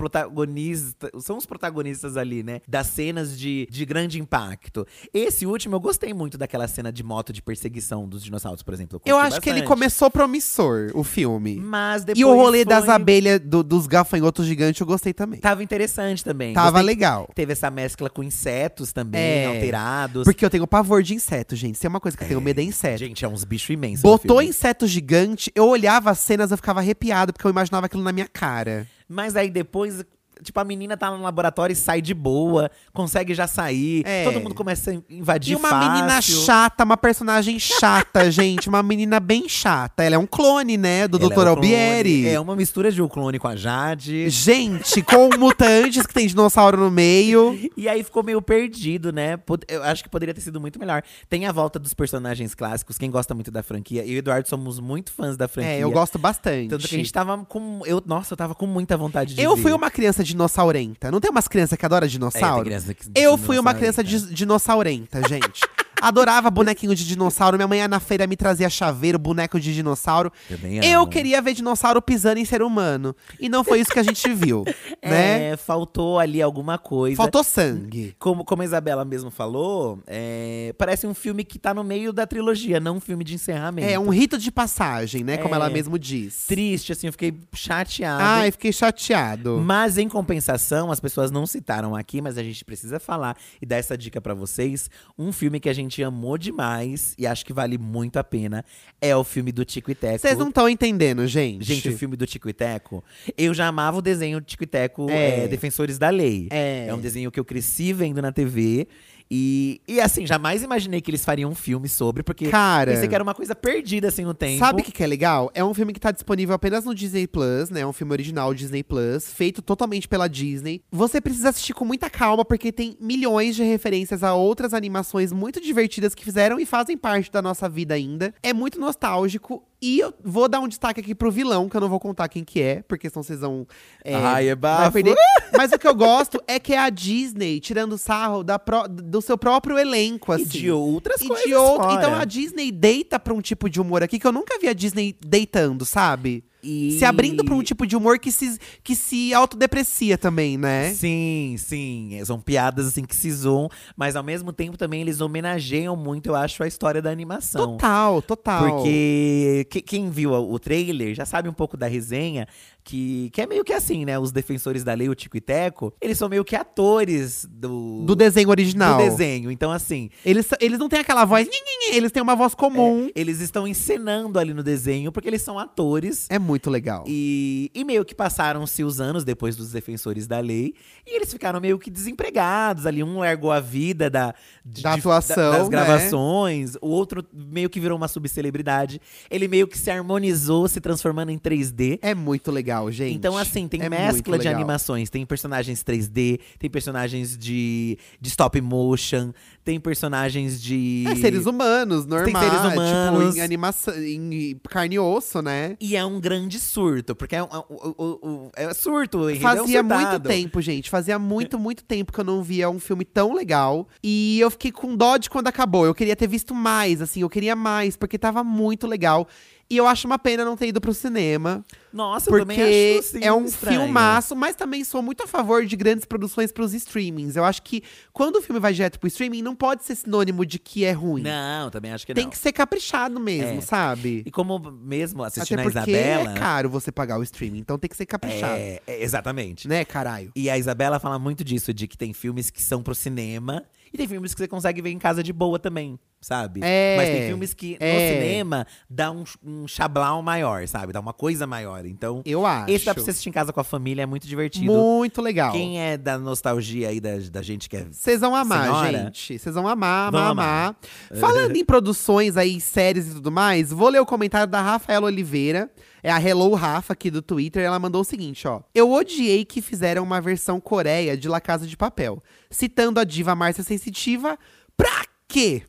C: protagonista. São os protagonistas ali, né? Das cenas de, de grande impacto. Esse último, eu gostei muito daquela cena de moto de perseguição dos dinossauros, por exemplo.
B: Eu
C: curti
B: acho que ele
C: bastante.
B: começou promissor, o filme.
C: Mas depois
B: E o rolê
C: foi-
B: das abelhas, do- dos gafanhotos gigantes, eu gostei também.
C: Tava interessante também.
B: Tava
C: Gostei
B: legal.
C: que Teve essa mescla com insetos também,
B: É.
C: alterados.
B: Porque eu tenho pavor de inseto, gente. Se é uma coisa que eu tenho medo é inseto.
C: Gente, é uns bichos imensos. no
B: Botou
C: filme.
B: inseto gigante, eu olhava as cenas, eu ficava arrepiado, porque eu imaginava aquilo na minha cara.
C: Mas aí depois… Tipo, a menina tá no laboratório e sai de boa, consegue já sair.
B: É.
C: Todo mundo começa a invadir
B: e uma
C: fácil.
B: menina chata, uma personagem chata, gente. Uma menina bem chata. Ela é um clone, né? Do
C: Ela
B: Dr.
C: é um
B: Albieri.
C: clone. É uma mistura de um clone com a Jade.
B: Gente, com mutantes que tem dinossauro no meio.
C: E aí ficou meio perdido, né? Pod- Eu acho que poderia ter sido muito melhor. Tem a volta dos personagens clássicos, quem gosta muito da franquia. Eu e o Eduardo somos muito fãs da franquia.
B: É, eu gosto bastante.
C: Tanto que a gente tava com. Eu, nossa, eu tava com muita vontade de
B: Eu
C: ver.
B: fui uma criança dinossaurenta. Não tem umas crianças que adoram
C: É, tem
B: dinossauro?
C: criança que-
B: Eu fui uma
C: dinossauro,
B: criança
C: tá?
B: dis- dinossaurenta, gente. Adorava bonequinho de dinossauro. Minha mãe ia na feira me trazia chaveiro, boneco de dinossauro.
C: Também
B: Eu
C: amo.
B: queria ver dinossauro pisando em ser humano. E não foi isso que a gente viu, né?
C: É, faltou ali alguma coisa.
B: Faltou sangue.
C: Como, como a Isabela mesmo falou, é, parece um filme que tá no meio da trilogia, não um filme de encerramento.
B: É um rito de passagem, né? Como
C: É.
B: ela mesmo diz.
C: Triste, assim, eu fiquei chateada.
B: Ai, fiquei chateado.
C: Mas em compensação, as pessoas não citaram aqui, mas a gente precisa falar e dar essa dica pra vocês. Um filme que a gente amou demais e acho que vale muito a pena é o filme do Tico e Teco.
B: Vocês não estão entendendo, gente.
C: Gente, o filme do Tico e Teco, eu já amava o desenho Tico e Teco
B: É.
C: é, Defensores da Lei.
B: É.
C: um desenho que eu cresci vendo na TV. E, e assim, jamais imaginei que eles fariam um filme sobre, porque
B: Cara.
C: pensei que era uma coisa perdida assim no tempo.
B: Sabe o que, que é legal? É um filme que tá disponível apenas no Disney Plus, né? É um filme original Disney Plus, feito totalmente pela Disney. Você precisa assistir com muita calma, porque tem milhões de referências a outras animações muito divertidas que fizeram e fazem parte da nossa vida ainda. É muito nostálgico. E eu vou dar um destaque aqui pro vilão, que eu não vou contar quem que é, porque senão vocês vão. É,
C: Ai, é
B: vai
C: bafo.
B: perder. Mas o que eu gosto é que é a Disney tirando sarro da pró- do seu próprio elenco, assim.
C: E de outras
B: E
C: coisas.
B: de então, outro-
C: fora.
B: Então a Disney deita pra um tipo de humor aqui que eu nunca vi a Disney deitando, sabe?
C: E-
B: Se abrindo pra um tipo de humor que se, que se autodeprecia também, né?
C: Sim, sim. é, São piadas assim que se zoam, mas ao mesmo tempo também eles homenageiam muito, eu acho, a história da animação.
B: Total, total.
C: Porque que- quem viu o trailer já sabe um pouco da resenha, que, que é meio que assim, né? Os defensores da lei, o Tico e Teco, eles são meio que atores do,
B: Do desenho
C: do
B: original.
C: desenho. Então, assim,
B: Eles, são- eles não têm aquela voz. "Nhin, nhin, nhin", Eles têm uma voz comum.
C: é, eles estão encenando ali no desenho, porque eles são atores.
B: É, muito legal.
C: E, e meio que passaram-se os anos depois dos defensores da lei. E eles ficaram meio que desempregados ali. Um largou a vida da, de-
B: Da
C: de-
B: atuação,
C: das
B: né?
C: gravações. O outro meio que virou uma subcelebridade. Ele meio que se harmonizou, se transformando em 3D.
B: É muito legal, gente.
C: Então, assim, tem
B: É
C: mescla
B: muito
C: de
B: legal.
C: animações. Tem personagens 3D, tem personagens de, de stop motion, tem personagens de.
B: É, seres humanos, normal.
C: seres humanos.
B: Tipo, em animação, em carne e osso, né?
C: E é um grande surto, porque é um, o- o- o- é surto, Henrique, é um É.
B: Fazia muito
C: surtado.
B: tempo, gente. Fazia muito, muito tempo que eu não via um filme tão legal. E eu fiquei com dó de quando acabou. Eu queria ter visto mais, assim, eu queria mais, porque tava muito legal. E eu acho uma pena não ter ido pro cinema.
C: Nossa, eu também
B: porque
C: acho, sim,
B: é um
C: estranho.
B: filmaço, mas também sou muito a favor de grandes produções pros streamings. Eu acho que quando o filme vai direto pro streaming, não pode ser sinônimo de que é ruim.
C: Não, também acho que
B: Tem
C: não.
B: que ser caprichado mesmo,
C: É.
B: sabe?
C: E como mesmo
B: Até
C: assistindo a
B: porque
C: Isabela.
B: é caro você pagar o streaming, então tem que ser caprichado.
C: é, é, exatamente.
B: Né, caralho?
C: E a Isabela fala muito disso, de que tem filmes que são pro cinema e tem filmes que você consegue ver em casa de boa também, sabe?
B: É,
C: Mas tem filmes que
B: é.
C: no cinema dá um, um chablau maior, sabe? Dá uma coisa maior. Então,
B: Eu acho.
C: esse dá pra você assistir em casa com a família, é muito divertido.
B: Muito legal.
C: Quem é da nostalgia aí da, da gente que é.
B: Vocês vão amar,
C: Senhora?
B: gente. Vocês vão amar,
C: Vão
B: amar, amar. Falando em produções aí, séries e tudo mais, vou ler o comentário da Rafaela Oliveira. É a Hello Rafa aqui do Twitter. Ela mandou o seguinte, ó. Eu odiei que fizeram uma versão coreia de La Casa de Papel. Citando a diva Márcia Sensitiva, pra quê?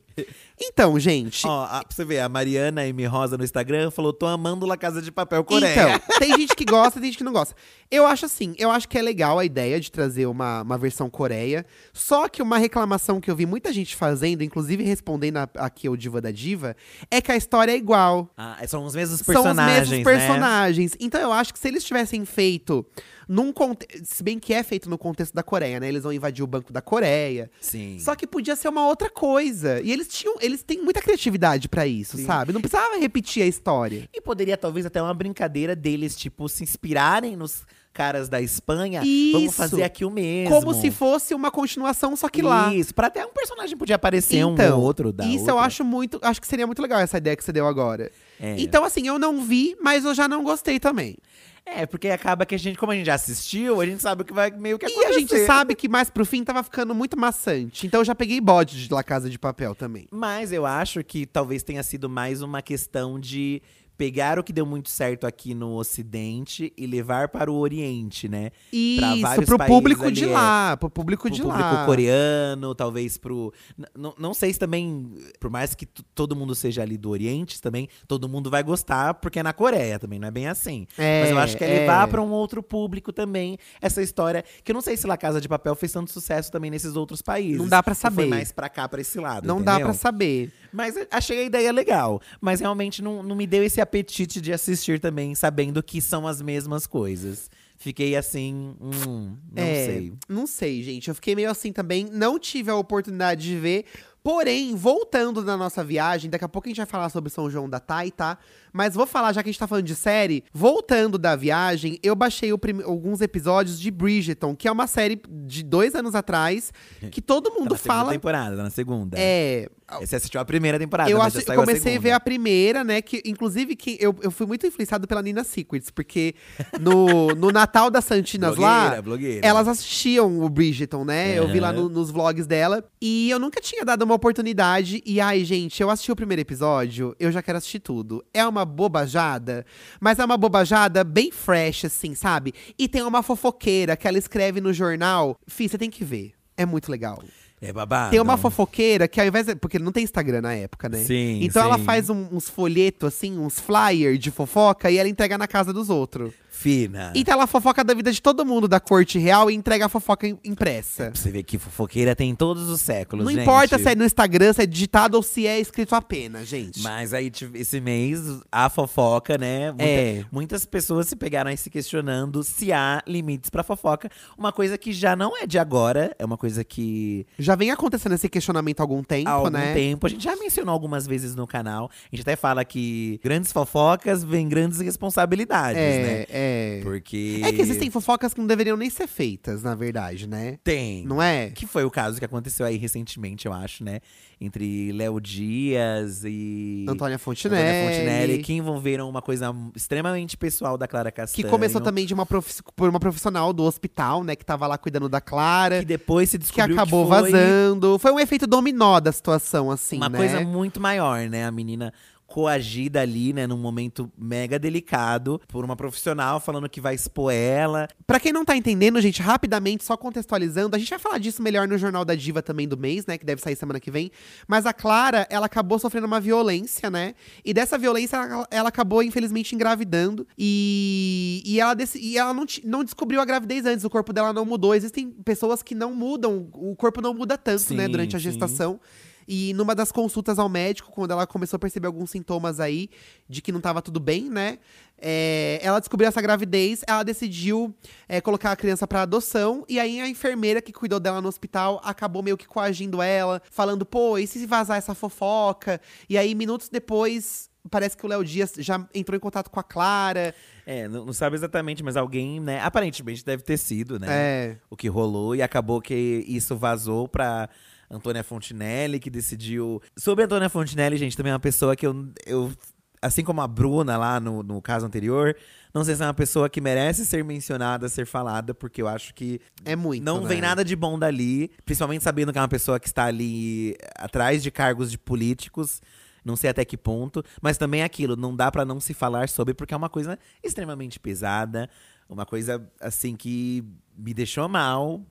B: Então, gente,
C: Ó, a- pra você ver, a Mariana M. Rosa no Instagram falou: tô amando La Casa de Papel Coreia.
B: Então, tem gente que gosta, tem gente que não gosta. Eu acho assim, eu acho que é legal a ideia de trazer uma, uma versão Coreia. Só que uma reclamação que eu vi muita gente fazendo, inclusive respondendo a- aqui ao Diva da Diva, é que a história é igual.
C: Ah, são os mesmos
B: São os
C: personagens,
B: mesmos
C: né?
B: personagens. Então eu acho que se eles tivessem feito num conte- Se bem que é feito no contexto da Coreia, né? Eles vão invadir o Banco da Coreia.
C: Sim.
B: Só que podia ser uma outra coisa. E eles tinham. Eles têm muita criatividade pra isso,
C: Sim.
B: sabe? Não precisava repetir a história.
C: E poderia talvez até uma brincadeira deles, tipo, se inspirarem nos caras da Espanha. Vamos
B: Isso.
C: fazer aqui o mesmo.
B: Como se fosse uma continuação, só que lá. Então,
C: Isso, pra até um personagem podia aparecer um ou outro da
B: isso eu
C: outra.
B: acho muito. Acho que seria muito legal essa ideia que você deu agora.
C: É.
B: Então, assim, eu não vi, mas eu já não gostei também.
C: É, porque acaba que a gente, como a gente já assistiu, a gente sabe o que vai meio que
B: E
C: acontecer.
B: a gente sabe que mais pro fim tava ficando muito maçante. Então eu já peguei bode de La Casa de Papel também.
C: Mas eu acho que talvez tenha sido mais uma questão de pegar o que deu muito certo aqui no Ocidente e levar para o Oriente, né? Pra
B: Isso,
C: vários
B: pro
C: países
B: público de
C: ali, é.
B: lá. Pro público
C: pro
B: de
C: público
B: lá.
C: coreano, talvez pro. n- n- Não sei se também, por mais que t- todo mundo seja ali do Oriente também, todo mundo vai gostar, porque é na Coreia também, não é bem assim.
B: É,
C: Mas eu acho que é
B: é.
C: levar pra um outro público também essa história. Que eu não sei se La Casa de Papel fez tanto sucesso também nesses outros países.
B: Não dá pra
C: ou Foi
B: saber.
C: mais pra cá, pra esse lado.
B: Não dá
C: entendeu?
B: pra saber.
C: Mas eu achei a ideia legal. Mas realmente não, não me deu esse apetite de assistir também, sabendo que são as mesmas coisas. Fiquei assim, hum, não
B: É,
C: sei.
B: Não sei, gente. Eu fiquei meio assim também. Não tive a oportunidade de ver. Porém, voltando na nossa viagem, daqui a pouco a gente vai falar sobre São João da Thay, tá? Mas vou falar, já que a gente tá falando de série, voltando da viagem, eu baixei o prime- alguns episódios de Bridgeton, que é uma série de dois anos atrás, que todo
C: Tá
B: mundo
C: na segunda
B: fala.
C: temporada, tá na segunda.
B: É,
C: Você assistiu a primeira temporada,
B: eu,
C: mas
B: assi-
C: já saiu
B: comecei a, ver a primeira, né? Que, inclusive, que eu, eu fui muito influenciado pela Nina Secrets, porque no, no Natal das Santinas lá.
C: Blogueira, blogueira.
B: Elas assistiam o Bridgeton, né? Eu vi lá no- nos vlogs dela. E eu nunca tinha dado uma oportunidade. E ai, gente, eu assisti o primeiro episódio, eu já quero assistir tudo. É uma bobajada, mas é uma bobajada bem fresh, assim, sabe? E tem uma fofoqueira que ela escreve no jornal. Fih, você tem que ver. É muito legal.
C: É babado.
B: Tem uma fofoqueira que ao invés. de- porque não tem Instagram na época, né?
C: Sim,
B: Então ela
C: sim.
B: faz um- uns folhetos, assim, uns flyers de fofoca e ela entrega na casa dos outros.
C: Fina.
B: E tá lá a fofoca da vida de todo mundo da corte real e entrega a fofoca im- impressa.
C: Pra você ver que fofoqueira tem em todos os séculos,
B: Não
C: gente.
B: importa se é no Instagram, se é digitado ou se é escrito apenas, gente.
C: Mas aí, tive- esse mês, a fofoca, né? Muita-
B: É.
C: Muitas pessoas se pegaram aí se questionando se há limites pra fofoca. Uma coisa que já não é de agora, é uma coisa que
B: Já vem acontecendo esse questionamento há algum tempo,
C: há algum
B: né?
C: tempo, a gente já mencionou algumas vezes no canal. A gente até fala que grandes fofocas vêm grandes responsabilidades,
B: É,
C: né?
B: é.
C: Porque.
B: É que existem fofocas que não deveriam nem ser feitas, na verdade, né?
C: Tem.
B: Não é?
C: Que foi o caso que aconteceu aí recentemente, eu acho, né? Entre Léo Dias e.
B: Antônia Fontinelli.
C: Antônia Fontinelli, que envolveram uma coisa extremamente pessoal da Clara
B: Que
C: Castanho.
B: começou também de uma profi- por uma profissional do hospital, né? Que tava lá cuidando da Clara.
C: Que depois se
B: que
C: descobriu que
B: acabou
C: foi
B: vazando. Foi um efeito dominó da situação, assim,
C: Uma
B: né?
C: coisa muito maior, né? A menina coagida ali, né? Num momento mega delicado, por uma profissional falando que vai expor ela.
B: Pra quem não tá entendendo, gente, rapidamente, só contextualizando, a gente vai falar disso melhor no Jornal da Diva também do mês, né? Que deve sair semana que vem. Mas a Clara, ela acabou sofrendo uma violência, né? E dessa violência, ela, ela acabou, infelizmente, engravidando. E, e ela, dec- e ela não, ti- não descobriu a gravidez antes, o corpo dela não mudou. Existem pessoas que não mudam, o corpo não muda tanto, né?
C: Sim,
B: Durante a
C: sim.
B: gestação. gestação. E numa das consultas ao médico, quando ela começou a perceber alguns sintomas aí de que não tava tudo bem, né? é, ela descobriu essa gravidez, ela decidiu é, colocar a criança pra adoção. E aí a enfermeira que cuidou dela no hospital acabou meio que coagindo ela, falando: pô, e se vazar essa fofoca? E aí, minutos depois. Parece que o Léo Dias já entrou em contato com a Clara.
C: É, não, não sabe exatamente, mas alguém, né? Aparentemente deve ter sido, né?
B: É.
C: o que rolou e acabou que isso vazou pra Antônia Fontinelli, que decidiu. Sobre a Antônia Fontinelli, gente, também é uma pessoa que eu. eu assim como a Bruna lá no, no caso anterior, não sei se é uma pessoa que merece ser mencionada, ser falada, porque eu acho que
B: É muito.
C: não
B: né?
C: vem nada de bom dali, principalmente sabendo que é uma pessoa que está ali eh, atrás de cargos de políticos. Não sei até que ponto, mas também é aquilo, não dá pra não se falar sobre, porque é uma coisa extremamente pesada, uma coisa assim que me deixou mal.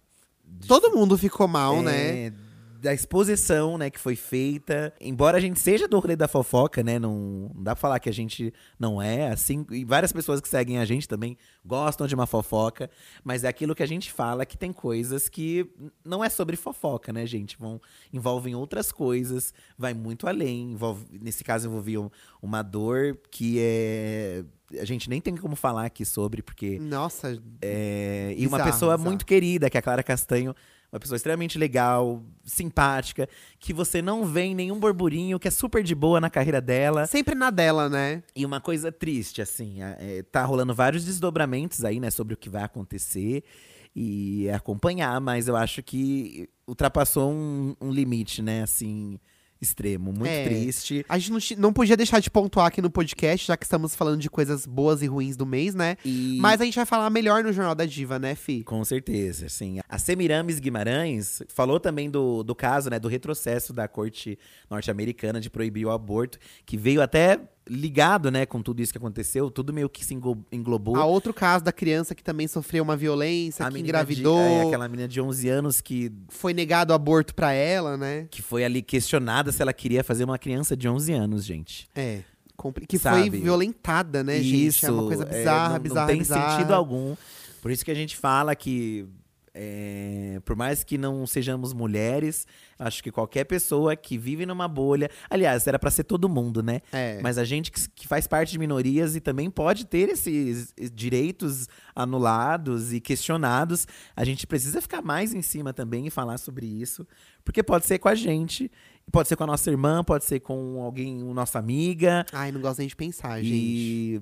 C: de-
B: Todo mundo ficou mal,
C: é,
B: né?
C: Da exposição, né, que foi feita. Embora a gente seja do rolê da fofoca, né, não, não dá pra falar que a gente não é, assim. E várias pessoas que seguem a gente também gostam de uma fofoca. Mas é aquilo que a gente fala que tem coisas que n- não é sobre fofoca, né, gente? Vão, envolvem outras coisas, vai muito além. envolve- nesse caso, envolvia um- uma dor que é… A gente nem tem como falar aqui sobre, porque…
B: Nossa,
C: É, e uma
B: Bizarro,
C: pessoa
B: bizarro.
C: muito querida, que é a Clara Castanho. Uma pessoa extremamente legal, simpática, que você não vê em nenhum burburinho, que é super de boa na carreira dela.
B: sempre na dela, né?
C: E uma coisa triste, assim, a- é, tá rolando vários desdobramentos aí, né, sobre o que vai acontecer e é acompanhar, mas eu acho que ultrapassou um, um limite, né, assim, extremo. Muito
B: É.
C: triste.
B: A gente não, ti- não podia deixar de pontuar aqui no podcast, já que estamos falando de coisas boas e ruins do mês, né?
C: E...
B: Mas a gente vai falar melhor no Jornal da Diva, né, Fi?
C: Com certeza, sim. A Semiramis Guimarães falou também do, do caso, né, do retrocesso da corte norte-americana de proibir o aborto, que veio até ligado, né, com tudo isso que aconteceu, tudo meio que se englo- englobou.
B: Há outro caso da criança que também sofreu uma violência, que
C: menina
B: engravidou,
C: De, é, aquela menina de 11 anos que,
B: foi negado o aborto pra ela, né?
C: que foi ali questionada se ela queria fazer uma criança de 11 anos, gente.
B: É. compli- Que
C: Sabe?
B: foi violentada, né, gente? É uma coisa
C: é,
B: bizarra,
C: não- não,
B: bizarra,
C: tem
B: bizarra.
C: sentido algum. Por isso que a gente fala que, é, por mais que não sejamos mulheres, acho que qualquer pessoa que vive numa bolha. Aliás, era pra ser todo mundo, né?
B: É.
C: Mas a gente que, s- que faz parte de minorias e também pode ter esses direitos anulados e questionados, a gente precisa ficar mais em cima também e falar sobre isso, porque pode ser com a gente, pode ser com a nossa irmã, pode ser com alguém, nossa amiga,
B: Ai, não gosto nem de pensar, gente.
C: e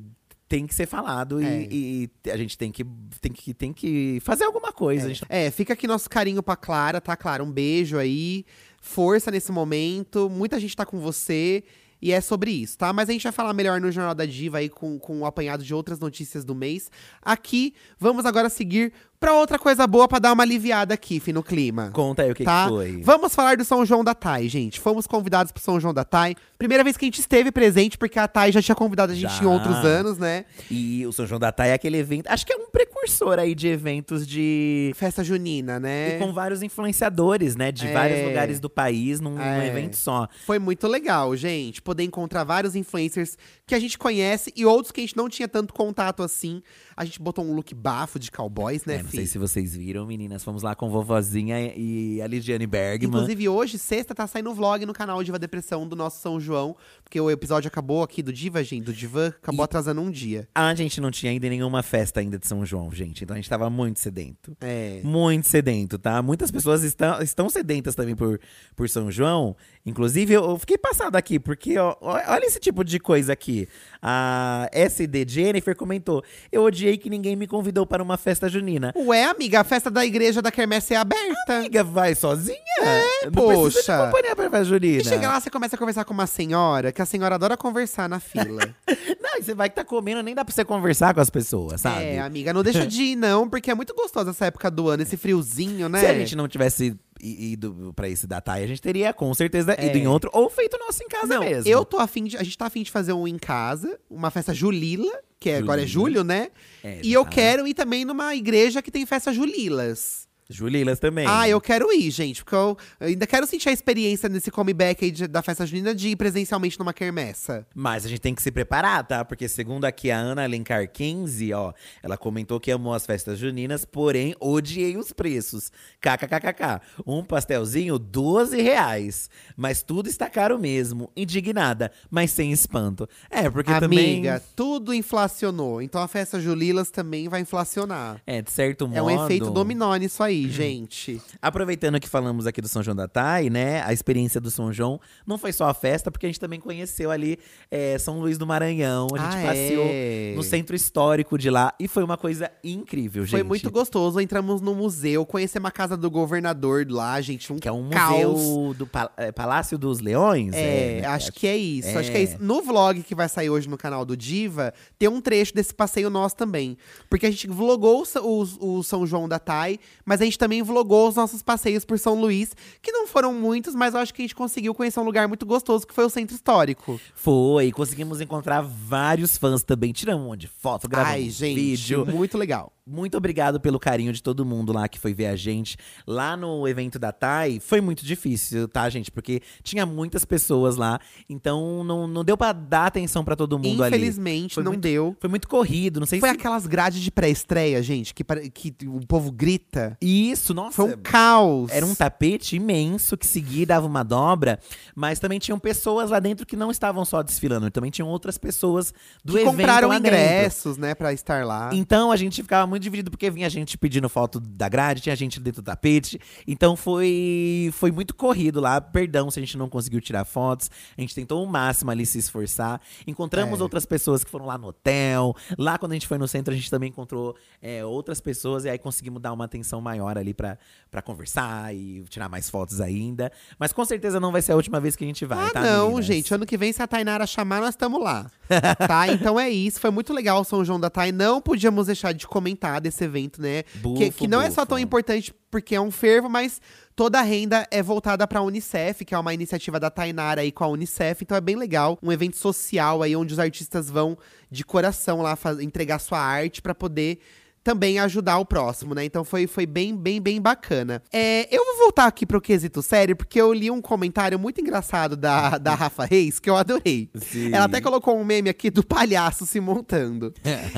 C: tem que ser falado e-
B: É.
C: e, a gente tem que, tem que, tem que fazer alguma coisa. A gente
B: É, fica aqui nosso carinho pra Clara, tá, Clara? Um beijo aí. Força nesse momento. Muita gente tá com você. E é sobre isso, tá? Mas a gente vai falar melhor no Jornal da Diva aí com, com o apanhado de outras notícias do mês. Aqui, vamos agora seguir pra outra coisa boa pra dar uma aliviada aqui, fi, no clima.
C: Conta aí o que,
B: tá?
C: que foi.
B: Vamos falar do São João da Thay, gente. Fomos convidados pro São João da Thay. Primeira vez que a gente esteve presente, porque a Thay já tinha convidado a gente
C: Já.
B: em outros anos, né?
C: E o São João da Taia é aquele evento. Acho que é um precursor aí de eventos de.
B: Festa junina, né?
C: E com vários influenciadores, né? De
B: É.
C: vários lugares do país num, num
B: É.
C: evento só.
B: Foi muito legal, gente. poder encontrar vários influencers que a gente conhece e outros que a gente não tinha tanto contato assim. A gente botou um look bafo de cowboys, né,
C: É, não
B: fi?
C: sei se vocês viram, meninas. Fomos lá com vovozinha e a Lidiane Bergman.
B: Inclusive, hoje, sexta, tá saindo um vlog no canal Diva Depressão do nosso São João, porque o episódio acabou aqui do Diva, gente, do Divan, acabou
C: E-
B: atrasando um dia.
C: A gente não tinha ainda nenhuma festa ainda de São João, gente. Então a gente tava muito sedento.
B: É.
C: Muito sedento, tá? Muitas pessoas estão, estão sedentas também por, por São João. Inclusive, eu, eu fiquei passado aqui, porque ó, ó, olha esse tipo de coisa aqui. A SD Jennifer comentou: Eu odiei que ninguém me convidou para uma festa junina.
B: Ué, amiga, a festa da igreja da Kermesse é aberta.
C: Amiga, vai sozinha?
B: É,
C: não precisa
B: poxa.
C: de companhia pra festa junina.
B: E chega lá, você começa a conversar com uma senhora, que a senhora adora conversar na fila.
C: Não, e você vai que tá comendo, nem dá pra você conversar com as pessoas, sabe?
B: É, amiga, não deixa de ir, não, porque é muito gostosa essa época do ano, esse friozinho, né?
C: Se a gente não tivesse i- ido pra esse datai, a gente teria com certeza ido em outro ou feito o nosso em casa
B: É. não,
C: mesmo.
B: eu tô afim de. A gente tá afim de fazer um em casa, uma festa julila, que é- agora é
C: Julila.
B: julho, né?
C: É,
B: e eu
C: tá.
B: quero ir também numa igreja que tem festa julilas.
C: Julilas também.
B: Ah, eu quero ir, gente, porque eu ainda quero sentir a experiência nesse comeback aí de- da festa junina de ir presencialmente numa quermessa.
C: Mas a gente tem que se preparar, tá? Porque segundo aqui a Ana Alencar 15, ó, ela comentou que amou as festas juninas, porém odiei os preços. KKKKK. Um pastelzinho, 12 reais. Mas tudo está caro mesmo. Indignada, mas sem espanto. É, porque também.
B: Amiga, tudo inflacionou. Então a festa Julilas também vai inflacionar.
C: É, de certo modo. Uhum.
B: É um efeito dominó nisso aí, gente.
C: Aproveitando que falamos aqui do São João da Thay, né? A experiência do São João não foi só a festa, porque a gente também conheceu ali é, São Luís do Maranhão. A gente
B: Ah,
C: passeou
B: é.
C: no centro histórico de lá e foi uma coisa incrível, gente.
B: Foi muito gostoso. Entramos no museu, conhecemos a casa do governador lá, gente. Um
C: Que é um
B: caos.
C: museu do Pal- é, Palácio dos Leões?
B: É,
C: né?
B: acho que é isso. Acho
C: É.
B: que é isso. No vlog que vai sair hoje no canal do Diva, tem um trecho desse passeio nosso também. Porque a gente vlogou o, Sa- o- o São João da Thay, mas a gente também vlogou os nossos passeios por São Luís, que não foram muitos, mas eu acho que a gente conseguiu conhecer um lugar muito gostoso, que foi o Centro Histórico.
C: Foi, conseguimos encontrar vários fãs também. Tiramos um monte de foto, gravamos um
B: Ai, gente,
C: vídeo.
B: muito legal.
C: Muito obrigado pelo carinho de todo mundo lá que foi ver a gente. Lá no evento da TAI, foi muito difícil, tá, gente? Porque tinha muitas pessoas lá, então não, não deu pra dar atenção pra todo mundo ali.
B: Infelizmente,
C: Foi
B: não
C: muito-
B: deu.
C: Foi muito corrido, não sei
B: Foi
C: se…
B: aquelas grades de pré-estreia, gente, que, pare- que o povo grita.
C: Isso, nossa!
B: Foi um caos.
C: Era um tapete imenso que seguia e dava uma dobra, mas também tinham pessoas lá dentro que não estavam só desfilando, também tinham outras pessoas do
B: que
C: evento
B: compraram
C: lá dentro.
B: ingressos, né, pra estar lá.
C: Então a gente ficava muito dividido, porque vinha gente pedindo foto da grade, tinha gente dentro do tapete. Então foi, foi muito corrido lá. Perdão se a gente não conseguiu tirar fotos. A gente tentou o máximo ali se esforçar. Encontramos
B: É.
C: outras pessoas que foram lá no hotel. Lá quando a gente foi no centro, a gente também encontrou é, outras pessoas. E aí conseguimos dar uma atenção maior ali pra, pra conversar e tirar mais fotos ainda. Mas com certeza não vai ser a última vez que a gente vai,
B: Ah,
C: tá?
B: não,
C: meninas?
B: gente. Ano que vem, se a Tainara chamar, nós estamos lá. tá? Então é isso. Foi muito legal o São João da Thay. Não podíamos deixar de comentar desse evento, né? que,
C: Bufo,
B: que não é só
C: bufo.
B: tão importante porque é um fervo, mas toda a renda é voltada para a Unicef, que é uma iniciativa da Tainara aí com a Unicef. Então é bem legal, um evento social aí onde os artistas vão de coração lá fa- entregar sua arte para poder também ajudar o próximo, né? Então foi, foi bem, bem, bem bacana. É, eu vou voltar aqui pro quesito sério, porque eu li um comentário muito engraçado da, da Rafa Reis, que eu adorei.
C: Sim.
B: Ela até colocou um meme aqui do palhaço se montando.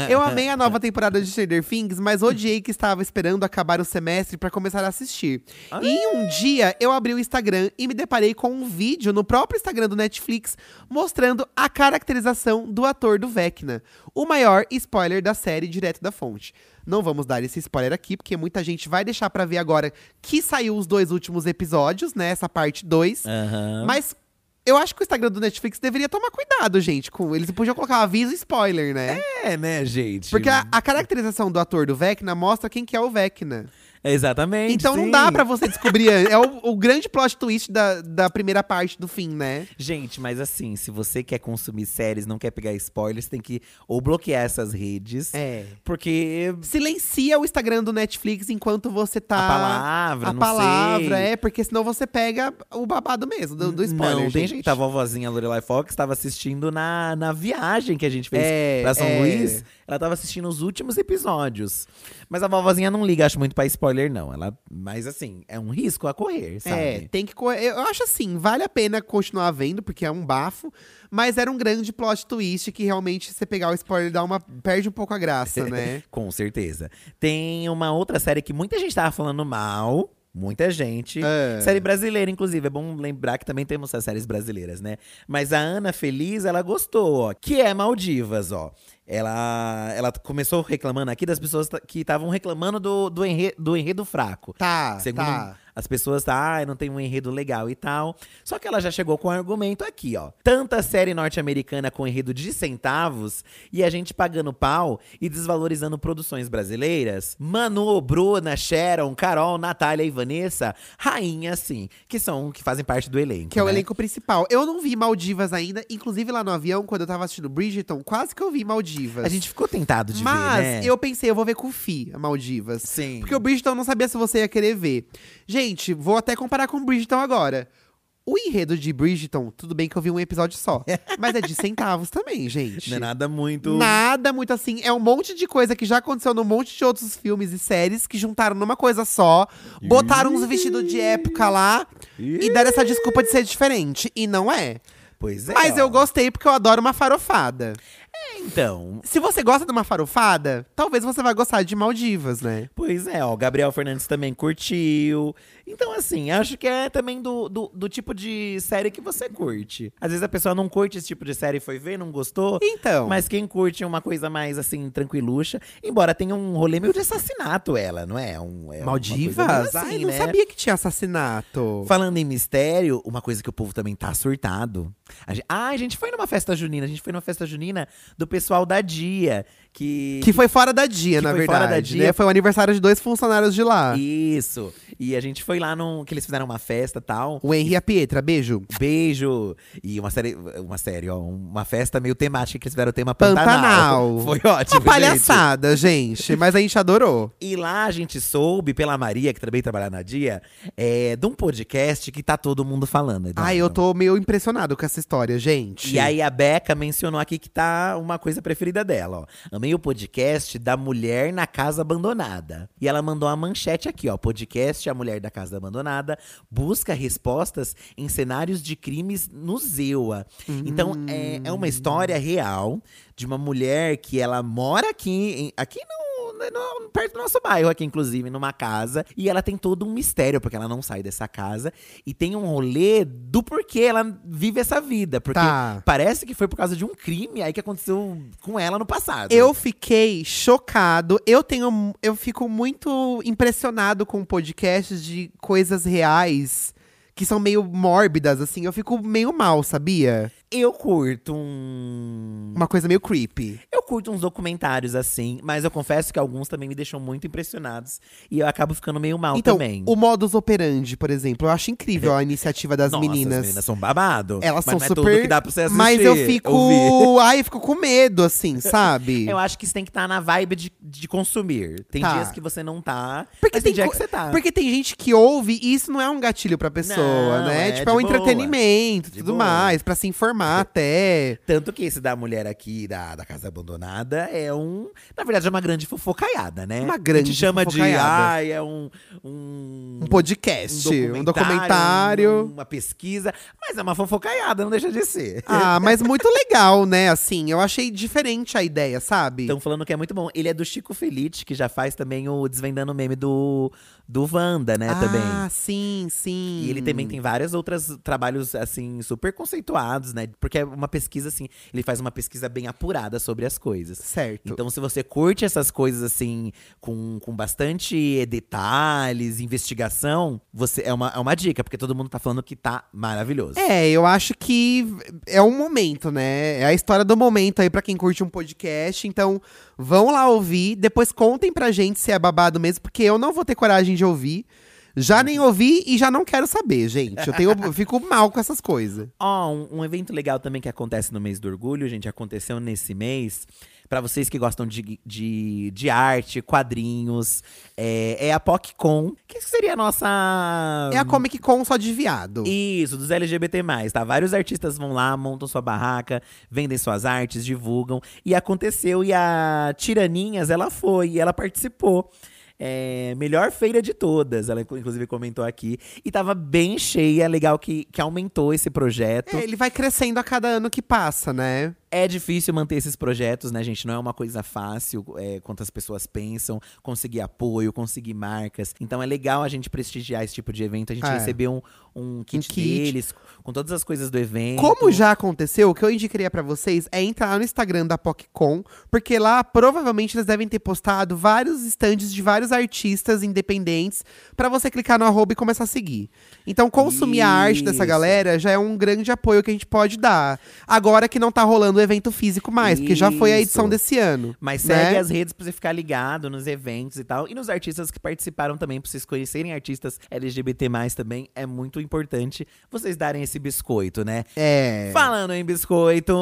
B: Eu amei a nova temporada de Stranger Things, mas odiei que estava esperando acabar o semestre pra começar a assistir. E em um dia eu abri o Instagram e me deparei com um vídeo no próprio Instagram do Netflix mostrando a caracterização do ator do Vecna, o maior spoiler da série direto da fonte. Não vamos dar esse spoiler aqui, porque muita gente vai deixar pra ver agora que saiu os dois últimos episódios, né? Essa parte 2.
C: Aham.
B: Mas eu acho que o Instagram do Netflix deveria tomar cuidado, gente. Com, eles podiam colocar aviso e spoiler, né?
C: É, né, gente?
B: Porque a, a caracterização do ator do Vecna mostra quem que é o Vecna.
C: Exatamente.
B: Então não
C: sim.
B: dá pra você descobrir. an- é o, o grande plot twist da, da primeira parte do fim, né?
C: Gente, mas assim, se você quer consumir séries, não quer pegar spoilers, tem que ou bloquear essas redes.
B: É.
C: Porque
B: Silencia o Instagram do Netflix enquanto você tá.
C: a palavra,
B: a
C: não
B: palavra,
C: sei.
B: é, porque senão você pega o babado mesmo, do, do spoiler.
C: Não, tem tá
B: gente.
C: gente. A vovozinha Lorelai Fox estava assistindo na, na viagem que a gente fez
B: É,
C: pra São
B: é.
C: Luís. Ela tava assistindo os últimos episódios. Mas a vovozinha não liga, acho muito pra spoiler, não. Ela, mas assim, é um risco a correr, sabe?
B: É, tem que. co- Eu acho assim, vale a pena continuar vendo, porque é um bafo, mas era um grande plot twist que realmente você pegar o spoiler dá uma. perde um pouco a graça, né?
C: Com certeza. Tem uma outra série que muita gente tava falando mal. Muita gente.
B: É.
C: Série brasileira, inclusive. É bom lembrar que também temos essas séries brasileiras, né? Mas a Ana Feliz, ela gostou, ó. Que é Maldivas, ó. Ela, ela começou reclamando aqui das pessoas ta- que estavam reclamando do, do, enre- do enredo fraco.
B: Tá,
C: Segundo
B: tá.
C: as pessoas, tá, ah, não tem um enredo legal e tal. Só que ela já chegou com um argumento aqui, ó. Tanta série norte-americana com enredo de centavos e a gente pagando pau e desvalorizando produções brasileiras. Manu, Bruna, Sharon, Carol, Natália e Vanessa, rainha, sim, que são que fazem parte do elenco.
B: Que é o
C: né?
B: elenco principal. Eu não vi Maldivas ainda, inclusive lá no avião, quando eu tava assistindo Bridgerton, quase que eu vi Maldivas.
C: A gente ficou tentado de
B: Mas
C: ver, né?
B: eu pensei, eu vou ver com o Fi, a Maldivas.
C: Sim.
B: Porque o Bridgerton eu não sabia se você ia querer ver. Gente, vou até comparar com o Bridgerton agora. O enredo de Bridgerton, tudo bem que eu vi um episódio só. mas é de centavos também, gente.
C: Não é nada muito.
B: Nada muito assim. É um monte de coisa que já aconteceu num monte de outros filmes e séries que juntaram numa coisa só, botaram uns vestidos de época lá e deram essa desculpa de ser diferente. E não é.
C: Pois é.
B: Mas
C: ó.
B: eu gostei porque eu adoro uma farofada.
C: Então,
B: Se você gosta de uma farofada, talvez você vai gostar de Maldivas, né?
C: Pois é, ó, o Gabriel Fernandes também curtiu. Então, assim, acho que é também do, do, do tipo de série que você curte. Às vezes a pessoa não curte esse tipo de série, foi ver, não gostou.
B: Então.
C: Mas quem curte uma coisa mais, assim, tranquiluxa. Embora tenha um rolê meio de assassinato ela, não é? Um, é uma coisa
B: Maldivas?
C: meio assim,
B: Ai, não
C: né?
B: sabia que tinha assassinato.
C: Falando em mistério, uma coisa que o povo também tá surtado. A gente, ah, a gente foi numa festa junina. A gente foi numa festa junina do pessoal da Dia. Que,
B: Que foi fora da dia,
C: Que
B: na
C: foi fora
B: verdade.
C: da dia.
B: né? Foi o aniversário de dois funcionários de lá.
C: Isso. E a gente foi lá num. Que eles fizeram uma festa e tal. Um
B: O Henri e a Pietra, beijo.
C: Beijo! E uma série. Uma série, ó. Uma festa meio temática que eles fizeram o tema
B: Pantanal.
C: Pantanal. Foi ótimo.
B: Uma palhaçada, gente. Mas a gente adorou.
C: gente. E lá a gente soube, pela Maria, que também trabalha na Dia, é, de um podcast que tá todo mundo falando. Eduardo.
B: Ai, eu tô meio impressionado com essa história, gente.
C: E aí a Beca mencionou aqui que tá uma coisa preferida dela, ó. Amei o podcast da Mulher na Casa Abandonada. E ela mandou a manchete aqui, ó. Podcast A Mulher da Casa Abandonada busca respostas em cenários de crimes no Zewa. Então é, é uma história real de uma mulher que ela mora aqui, em- aqui no, né, no- perto do nosso bairro aqui, inclusive, numa casa. E ela tem todo um mistério, porque ela não sai dessa casa. E tem um rolê do porquê ela vive essa vida. Porque
B: Tá.
C: parece que foi por causa de um crime aí que aconteceu com ela no passado.
B: Eu fiquei chocado. Eu tenho, eu fico muito impressionado com podcasts de coisas reais que são meio mórbidas, assim. Eu fico meio mal, sabia?
C: Eu curto um.
B: Uma coisa meio creepy.
C: Eu curto uns documentários assim, mas eu confesso que alguns também me deixam muito impressionados. E eu acabo ficando meio mal
B: então,
C: também.
B: o modus operandi, por exemplo, eu acho incrível a iniciativa das
C: Nossa,
B: meninas.
C: As meninas são um babado.
B: Elas
C: mas
B: são
C: não é
B: super.
C: Tudo que dá pra você assistir,
B: mas eu fico.
C: ouvir.
B: Ai, eu fico com medo, assim, sabe?
C: Eu acho que você tem que estar na vibe de, de consumir. Tem
B: Tá.
C: dias que você não tá,
B: Porque
C: mas tem,
B: tem
C: dia
B: co-
C: que você tá.
B: Porque tem gente que ouve e isso não é um gatilho pra pessoa,
C: Não,
B: né?
C: é
B: tipo,
C: de
B: é um
C: boa.
B: entretenimento e
C: De
B: tudo
C: boa.
B: mais, pra se informar até.
C: Tanto que esse da mulher aqui, da, da Casa Abandonada, é um… Na verdade, é uma grande fofocaiada, né?
B: Uma grande
C: A gente chama de…
B: fofocaiada.
C: Ai, é um… Um,
B: Um podcast, um documentário.
C: um- uma pesquisa. Mas é uma fofocaiada, não deixa de ser.
B: Ah, mas muito legal, né? Assim, eu achei diferente a ideia, sabe?
C: Estão falando que é muito bom. Ele é do Chico Felite, que já faz também o Desvendando o Meme do, do Wanda, né, também.
B: Ah, sim, sim.
C: E ele também tem vários outros trabalhos, assim, super conceituados, né? Porque é uma pesquisa, assim, ele faz uma pesquisa bem apurada sobre as coisas.
B: Certo.
C: Então, se você curte essas coisas, assim, com, com bastante eh, detalhes, investigação, você é uma, é uma dica, porque todo mundo tá falando que tá maravilhoso.
B: É, eu acho que é um momento, né? É a história do momento aí pra quem curte um podcast. Então, vão lá ouvir. Depois contem pra gente se é babado mesmo, porque eu não vou ter coragem de ouvir. Já nem ouvi e já não quero saber, gente. Eu, tenho, eu fico mal com essas coisas.
C: Ó, um, um evento legal também que acontece no mês do orgulho, gente, aconteceu nesse mês. Pra vocês que gostam de, de, de arte, quadrinhos, é, é a PocCon, que seria a nossa.
B: É a Comic Con só de viado.
C: Isso, dos LGBT+, tá? Vários artistas vão lá, montam sua barraca, vendem suas artes, divulgam. E aconteceu, e a Tiraninhas, ela foi, e ela participou. É, melhor feira de todas, ela inclu- inclusive comentou aqui. E tava bem cheia, legal que, que aumentou esse projeto.
B: É, ele vai crescendo a cada ano que passa, né?
C: É difícil manter esses projetos, né, gente? Não é uma coisa fácil é, quanto as pessoas pensam, conseguir apoio, conseguir marcas. Então é legal a gente prestigiar esse tipo de evento, a gente
B: É.
C: receber um, um kit
B: kit.
C: deles, com todas as coisas do evento.
B: Como já aconteceu, o que eu indicaria pra vocês é entrar no Instagram da PocCon, porque lá provavelmente eles devem ter postado vários estandes de vários artistas independentes pra você clicar no arroba e começar a seguir. Então, consumir a arte dessa
C: Isso.
B: galera já é um grande apoio que a gente pode dar. Agora que não tá rolando o evento físico mais, porque já foi a edição
C: Isso.
B: desse ano.
C: Mas
B: né?
C: segue as redes pra você ficar ligado nos eventos e tal. E nos artistas que participaram também, pra vocês conhecerem artistas LGBT+, também. É muito importante vocês darem esse biscoito, né?
B: É.
C: Falando em biscoito…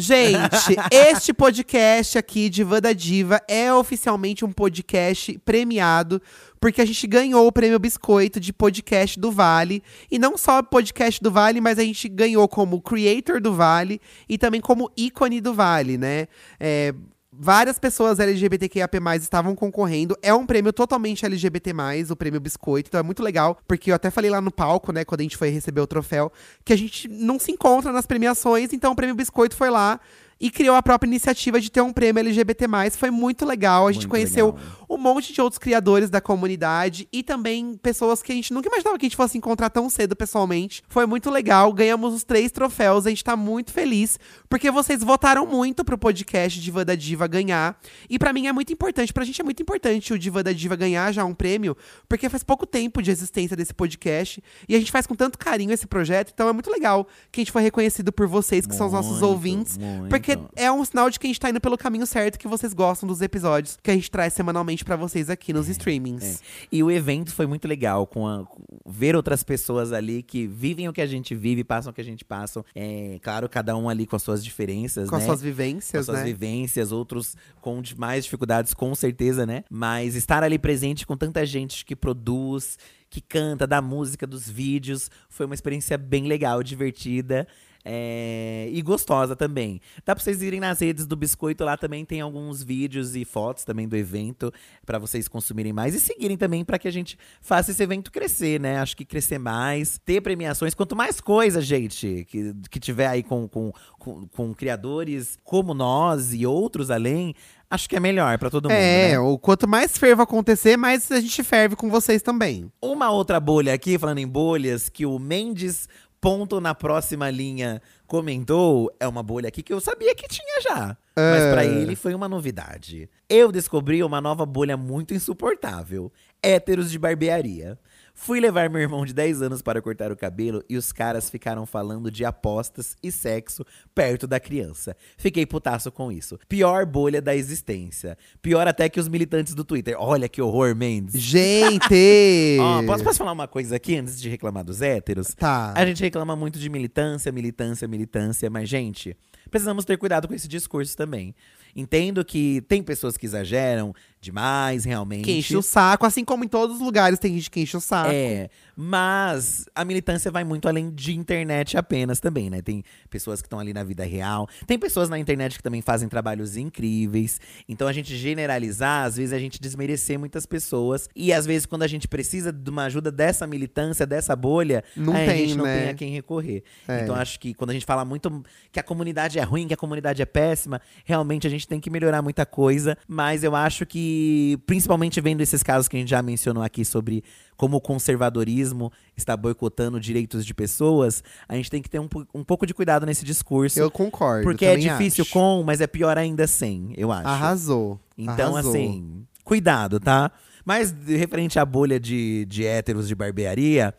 B: Gente, este podcast aqui, Divã da Diva, é oficialmente um podcast premiado, porque a gente ganhou o prêmio Biscoito de Podcast do Vale. E não só podcast do Vale, mas a gente ganhou como creator do Vale e também como ícone do Vale, né? É, Várias pessoas LGBTQIAP+, estavam concorrendo. É um prêmio totalmente LGBT+, o prêmio Biscoito. Então é muito legal, porque eu até falei lá no palco, né, quando a gente foi receber o troféu, que a gente não se encontra nas premiações, então o prêmio Biscoito foi lá e criou a própria iniciativa de ter um prêmio LGBT+. Foi muito legal, a gente
C: Muito
B: conheceu
C: legal.
B: um monte de outros criadores da comunidade e também pessoas que a gente nunca imaginava que a gente fosse encontrar tão cedo pessoalmente. Foi muito legal, ganhamos os três troféus, a gente tá muito feliz, porque vocês votaram muito pro podcast Diva da Diva ganhar. E pra mim é muito importante, pra gente é muito importante o Diva da Diva ganhar já um prêmio, porque faz pouco tempo de existência desse podcast e a gente faz com tanto carinho esse projeto, então é muito legal que a gente foi reconhecido por vocês, que são os nossos
C: Muito,
B: ouvintes,
C: muito.
B: porque é um sinal de que a gente tá indo pelo caminho certo, que vocês gostam dos episódios que a gente traz semanalmente pra vocês aqui
C: É,
B: nos streamings.
C: E o evento foi muito legal, com, a- com- ver outras pessoas ali que vivem o que a gente vive, passam o que a gente passa. É, claro, cada um ali com as suas diferenças,
B: Com as
C: né?
B: suas
C: com
B: vivências,
C: suas
B: né?
C: vivências, outros com de- mais dificuldades, com certeza, né? Mas estar ali presente com tanta gente que produz, que canta, da música, dos vídeos, foi uma experiência bem legal, divertida. é, e gostosa também. Dá pra vocês irem nas redes do Biscoito lá também, tem alguns vídeos e fotos também do evento pra vocês consumirem mais e seguirem também pra que a gente faça esse evento crescer, né? Acho que crescer mais, ter premiações. Quanto mais coisa, gente, que, que tiver aí com, com, com, com criadores como nós e outros além, acho que é melhor pra todo mundo.
B: É,
C: né?
B: o quanto mais fervo acontecer, mais a gente ferve com vocês também.
C: Uma outra bolha aqui, falando em bolhas, que o Mendes. Ponto na próxima linha comentou, é uma bolha aqui que eu sabia que tinha já. Mas pra ele foi uma novidade. Eu descobri uma nova bolha muito insuportável: héteros de barbearia. Fui levar meu irmão de 10 anos para cortar o cabelo e os caras ficaram falando de apostas e sexo perto da criança. Fiquei putaço com isso. Pior bolha da existência. Pior até que os militantes do Twitter. Olha que horror, Mendes.
B: Gente!
C: Ó, posso, posso falar uma coisa aqui antes de reclamar dos héteros?
B: Tá.
C: A gente reclama muito de militância, militância, militância, mas, gente, precisamos ter cuidado com esse discurso também. Entendo que tem pessoas que exageram demais, realmente.
B: Que enche o saco, assim como em todos os lugares tem gente que enche o saco.
C: É, mas a militância vai muito além de internet apenas também, né? Tem pessoas que estão ali na vida real, tem pessoas na internet que também fazem trabalhos incríveis. Então a gente generalizar, às vezes a gente desmerecer muitas pessoas e às vezes quando a gente precisa de uma ajuda dessa militância, dessa bolha,
B: Não
C: aí a
B: tem,
C: gente não
B: né?
C: tem a quem recorrer.
B: É.
C: Então acho que quando a gente fala muito que a comunidade é ruim, que a comunidade é péssima, realmente a gente tem que melhorar muita coisa, mas eu acho que principalmente vendo esses casos que a gente já mencionou aqui sobre como o conservadorismo está boicotando direitos de pessoas, a gente tem que ter um, po- um pouco de cuidado nesse discurso.
B: Eu concordo.
C: porque é
B: também
C: difícil
B: acho.
C: com, mas é pior ainda sem, eu acho.
B: Arrasou.
C: Então,
B: arrasou.
C: assim, cuidado, tá? Mas de- referente à bolha de, de héteros de barbearia,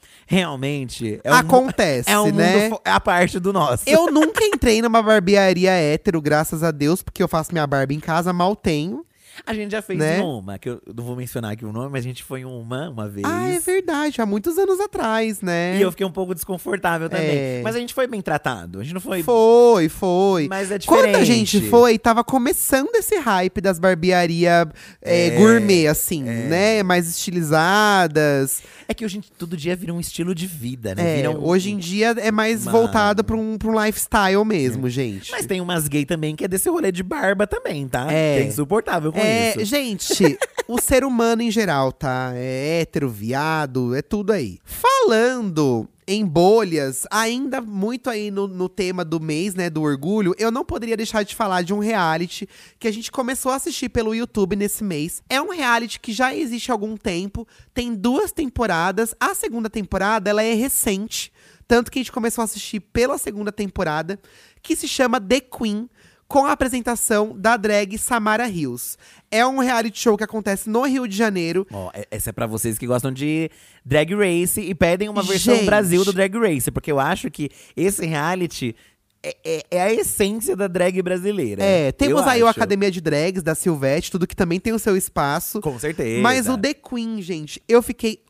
C: realmente
B: Ah,
C: é um,
B: Acontece,
C: é um
B: né?
C: mundo fo- é a parte do nosso.
B: Eu nunca entrei numa barbearia hétero, graças a Deus, porque eu faço minha barba em casa, mal tenho.
C: A gente já fez
B: Né?
C: uma, que eu não vou mencionar aqui o nome, mas a gente foi em uma uma vez.
B: Ah, é verdade, há muitos anos atrás, né?
C: E eu fiquei um pouco desconfortável também.
B: É.
C: Mas a gente foi bem tratado. A gente não foi.
B: Foi, foi.
C: Mas é
B: Quando a
C: diferente.
B: gente foi, tava começando esse hype das barbearias
C: É,
B: gourmet, assim, né? Mais estilizadas.
C: É que hoje em- todo dia vira um estilo de vida, né?
B: É,
C: Vira um-
B: hoje em dia é mais
C: uma-
B: voltado pra um, pra um lifestyle mesmo,
C: É.
B: gente.
C: Mas tem umas gay também que é desse rolê de barba também, tá?
B: É.
C: Que é insuportável com
B: é,
C: isso.
B: gente, o ser humano em geral, tá? É hétero, viado, é tudo aí. Falando em bolhas, ainda muito aí no, no tema do mês, né, do orgulho, eu não poderia deixar de falar de um reality que a gente começou a assistir pelo YouTube nesse mês. É um reality que já existe há algum tempo, tem duas temporadas. A segunda temporada, ela é recente, tanto que a gente começou a assistir pela segunda temporada, que se chama The Queen com a apresentação da drag Samara Rios. É um reality show que acontece no Rio de Janeiro.
C: Ó, é- essa é pra vocês que gostam de Drag Race e pedem uma versão
B: Gente.
C: Brasil do Drag Race, porque eu acho que esse reality é, é- é a essência da drag brasileira.
B: É, temos
C: Eu
B: aí o
C: acho.
B: Academia de Drags da Silvete, tudo que também tem o seu espaço.
C: Com certeza.
B: Mas o The Queen, gente, eu fiquei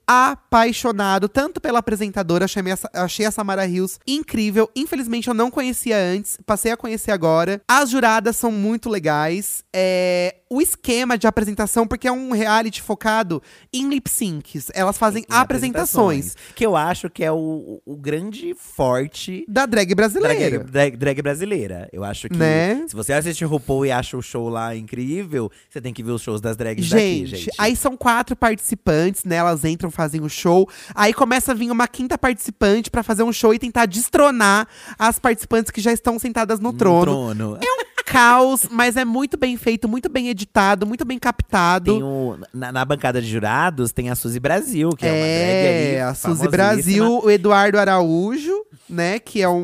B: apaixonado, tanto pela apresentadora, achei a, minha- achei a Samara Rios incrível. Infelizmente, eu não conhecia antes, passei a conhecer agora. As juradas são muito legais. É, o esquema de apresentação, porque é um reality focado em lip syncs. Elas fazem
C: Em
B: apresentações,
C: Que eu acho que é o, o grande forte
B: da drag brasileira.
C: drag, drag- drag brasileira. Eu acho que
B: Né?
C: se você assiste RuPaul e acha o show lá incrível, você tem que ver os shows das drags daqui,
B: Gente,
C: gente. Um
B: aí são quatro participantes, né? Elas entram, fazem o show. Aí começa a vir uma quinta participante pra fazer um show e tentar destronar as participantes que já estão sentadas no trono. É um
C: trono.
B: Caos, mas é muito bem feito, muito bem editado, muito bem captado.
C: Tem um o, na, na bancada de jurados tem a Suzy Brasil, que é,
B: é,
C: uma drag
B: a
C: ali,
B: Suzy
C: famosíssima.
B: Brasil, o Eduardo Araújo, né? Que é um,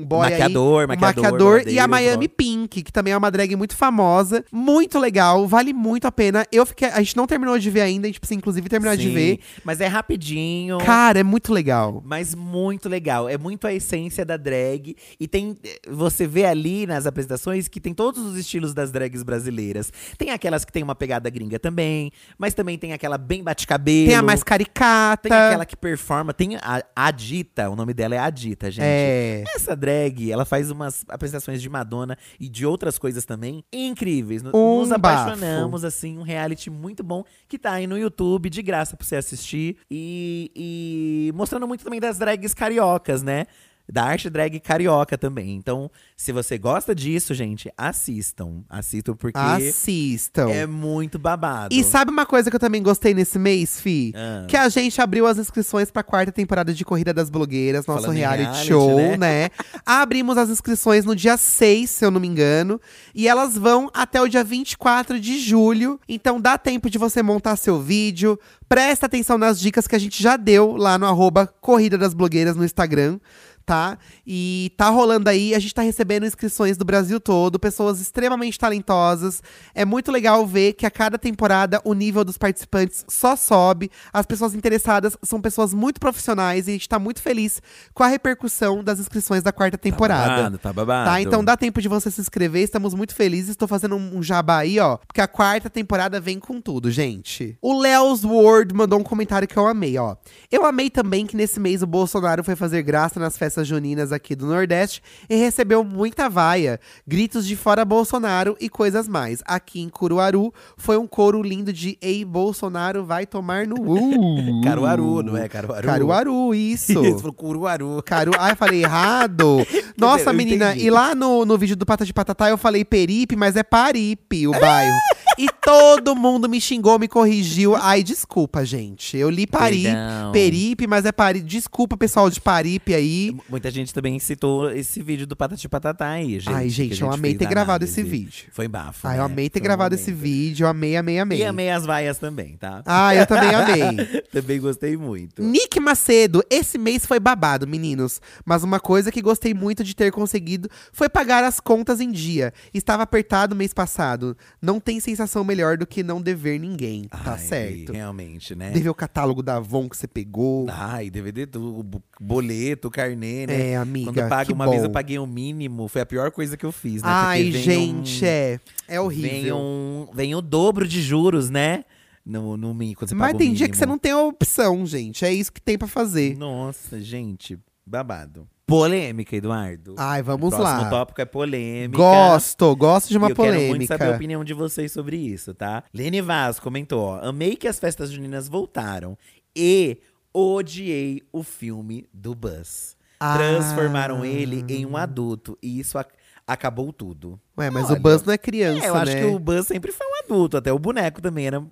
B: um boy aí,
C: Maquiador,
B: um
C: maquiador,
B: e a
C: bordadeiro,
B: Miami
C: bom.
B: Pink, que também é uma drag muito famosa. Muito legal, vale muito a pena. Eu fiquei… A gente não terminou de ver ainda, a gente precisa inclusive terminar de
C: Sim,
B: ver.
C: Mas é rapidinho.
B: Cara, é muito legal.
C: Mas muito legal. É muito a essência da drag. E tem. Você vê ali nas apresentações que tem todos os estilos das drags brasileiras. Tem aquelas que tem uma pegada gringa também, mas também tem aquela bem bate-cabelo.
B: Tem a mais caricata.
C: Tem aquela que performa. Tem a a Adita, o nome dela é Adita, gente.
B: É.
C: Essa drag, ela faz umas apresentações de Madonna e de outras coisas também incríveis. No-
B: Um
C: Nos
B: bafo.
C: apaixonamos, assim, um reality muito bom que tá aí no YouTube, de graça pra você assistir. E, e mostrando muito também das drags cariocas, né? Da arte drag carioca também. Então, se você gosta disso, gente, assistam. Assistam porque
B: Assistam.
C: é muito babado.
B: E sabe uma coisa que eu também gostei nesse mês, Fi?
C: Ah.
B: Que a gente abriu as inscrições pra quarta temporada de Corrida das Blogueiras, nosso
C: Falando em
B: reality,
C: reality,
B: show,
C: né?
B: né? Abrimos as inscrições no dia 6, se eu não me engano. E elas vão até o dia 24 de julho. Então dá tempo de você montar seu vídeo. Presta atenção nas dicas que a gente já deu lá no arroba Corrida das Blogueiras no Instagram. Tá? E tá rolando aí, a gente tá recebendo inscrições do Brasil todo, pessoas extremamente talentosas. É muito legal ver que a cada temporada o nível dos participantes só sobe. As pessoas interessadas são pessoas muito profissionais e a gente tá muito feliz com a repercussão das inscrições da quarta temporada.
C: Tá babado.
B: Tá, então dá tempo de você se inscrever, estamos muito felizes. Estou fazendo um um jabá aí, ó, porque a quarta temporada vem com tudo, gente. O Léo's Word mandou um comentário que eu amei, ó. Eu amei também que nesse mês o Bolsonaro foi fazer graça nas festas juninas aqui do Nordeste e recebeu muita vaia, gritos de fora Bolsonaro e coisas mais. Aqui em Curuaru foi um coro lindo de Ei Bolsonaro vai tomar no U.
C: Caruaru, não é? Caruaru.
B: Caruaru,
C: Isso, falou Curuaru.
B: Caru... Ai, falei errado. Nossa,
C: Eu
B: menina,
C: entendi.
B: e lá no, no vídeo do Pata de Patatá eu falei Peripe, mas é Paripe o bairro. E todo mundo me xingou, me corrigiu. Ai, desculpa, gente. Eu li Paripe,
C: Perdão.
B: Peripe, mas é Paripe. Desculpa, pessoal de Paripe aí.
C: M- Muita gente também citou esse vídeo do Patati Patatá aí, gente.
B: Ai,
C: que
B: gente,
C: a
B: eu amei
C: fez
B: ter
C: a
B: gravado
C: análise.
B: esse vídeo.
C: Foi bafo.
B: Ai, eu
C: né?
B: amei ter
C: Foi um
B: gravado
C: momento.
B: esse vídeo. Amei, amei, amei.
C: E amei as vaias também, tá?
B: Ah, eu também amei. Hum,
C: também gostei muito.
B: Nick Macedo, esse mês foi babado, meninos. Mas uma coisa que gostei muito de ter conseguido foi pagar as contas em dia. Estava apertado mês passado. Não tem sensação indicação melhor do que não dever ninguém, tá
C: Ai,
B: certo?
C: Realmente, né?
B: Dever o catálogo da Avon que você pegou.
C: Ai, DVD, do bo- boleto, carnê, né?
B: É, amiga,
C: Quando eu pago
B: que
C: uma vez, eu
B: bom.
C: paguei o mínimo. Foi a pior coisa que eu fiz, né?
B: Ai,
C: Porque vem
B: gente, é.
C: um-
B: É
C: Vem,
B: horrível.
C: um, vem o dobro de juros, né? No, no mínimo, quando você
B: Mas
C: paga o
B: tem dia que
C: mínimo.
B: você não tem a opção, gente. É isso que tem pra fazer.
C: Nossa, gente, babado. Polêmica, Eduardo.
B: Ai, Ah, vamos
C: Próximo
B: lá.
C: tópico é polêmica.
B: Gosto, gosto de
C: E
B: uma
C: eu quero muito
B: polêmica.
C: saber a opinião de vocês sobre isso, tá? Lene Vaz comentou, ó. Amei que as festas juninas voltaram e odiei o filme do Buzz.
B: Ah.
C: Transformaram ele em um adulto e isso ac- acabou tudo.
B: Ué, mas
C: Olha,
B: o Buzz não é criança,
C: É, eu acho
B: né?
C: que o Buzz sempre foi um adulto, até o boneco também era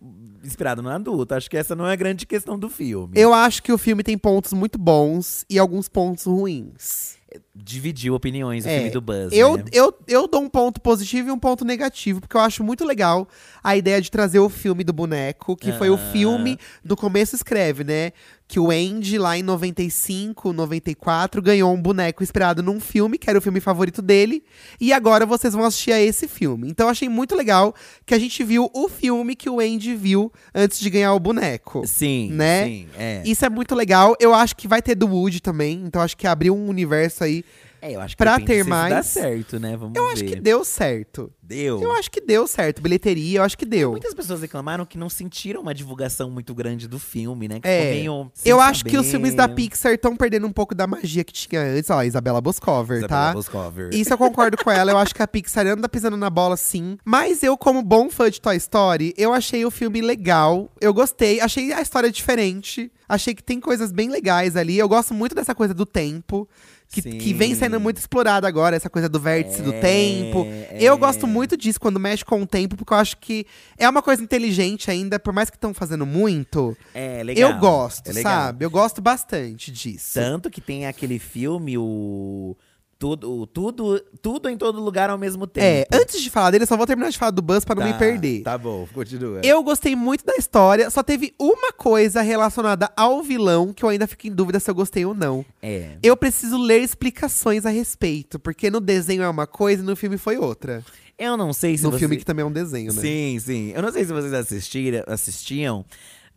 C: inspirado no adulto. Acho que essa não é a grande questão do filme.
B: Eu acho que o filme tem pontos muito bons e alguns pontos ruins.
C: Dividiu opiniões o
B: É,
C: filme do Buzz.
B: Eu,
C: né?
B: eu, eu dou um ponto positivo e um ponto negativo, porque eu acho muito legal a ideia de trazer o filme do boneco, que foi o
C: Aham.
B: filme do começo escreve, né? Que o Andy, lá em 95, 94, ganhou um boneco inspirado num filme, que era o filme favorito dele. E agora vocês vão assistir a esse filme. Então eu achei muito legal que a gente viu o filme que o Andy viu antes de ganhar o boneco.
C: Sim,
B: né?
C: sim, é.
B: Isso é muito legal. Eu acho que vai ter do Woody também. Então acho que abriu um universo aí.
C: É, eu acho que
B: pra
C: depende
B: ter
C: se isso dá
B: mais,
C: certo, né? Vamos
B: Eu
C: ver.
B: acho que deu certo.
C: deu.
B: Eu acho que deu certo. Bilheteria, eu acho que deu.
C: Muitas pessoas reclamaram que não sentiram uma divulgação muito grande do filme, né? Que
B: É.
C: ficou meio sem
B: Eu acho que os
C: saber.
B: filmes da Pixar estão perdendo um pouco da magia que tinha antes. Ó, Isabela Boscover,
C: Isabela
B: tá?
C: Boscover.
B: Isso eu concordo com ela. Eu acho que a Pixar anda pisando na bola, sim. Mas eu, como bom fã de Toy Story, eu achei o filme legal. Eu gostei. Achei a história diferente. Achei que tem coisas bem legais ali. Eu gosto muito dessa coisa do tempo. Que,
C: Sim.
B: que vem sendo muito explorada agora, essa coisa do vértice do
C: É,
B: tempo.
C: é.
B: Eu gosto muito disso quando mexe com o tempo, porque eu acho que é uma coisa inteligente ainda, por mais que estão fazendo muito.
C: É, legal.
B: eu gosto,
C: É legal.
B: sabe? Eu gosto bastante disso.
C: Tanto que tem aquele filme, o. Tudo, o tudo, tudo em todo lugar ao mesmo tempo.
B: É, antes de falar dele, eu só vou terminar de falar do Buzz pra não me
C: Tá,
B: perder.
C: Tá bom, continua.
B: Eu gostei muito da história, só teve uma coisa relacionada ao vilão que eu ainda fico em dúvida se eu gostei ou não.
C: É.
B: Eu preciso ler explicações a respeito, porque no desenho é uma coisa e no filme foi outra.
C: Eu não sei se
B: no
C: você...
B: filme que também é um desenho, né?
C: Sim, sim. Eu não sei se vocês assistiram, assistiam,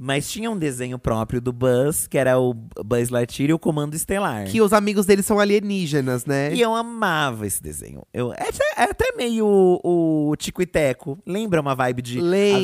C: mas tinha um desenho próprio do Buzz, que era o Buzz Lightyear e o Comando Estelar.
B: Que os amigos dele são alienígenas, né?
C: E eu amava esse desenho. Eu, é, até, é até meio o, o Tico e Teco. Lembra uma vibe de
B: Lembra,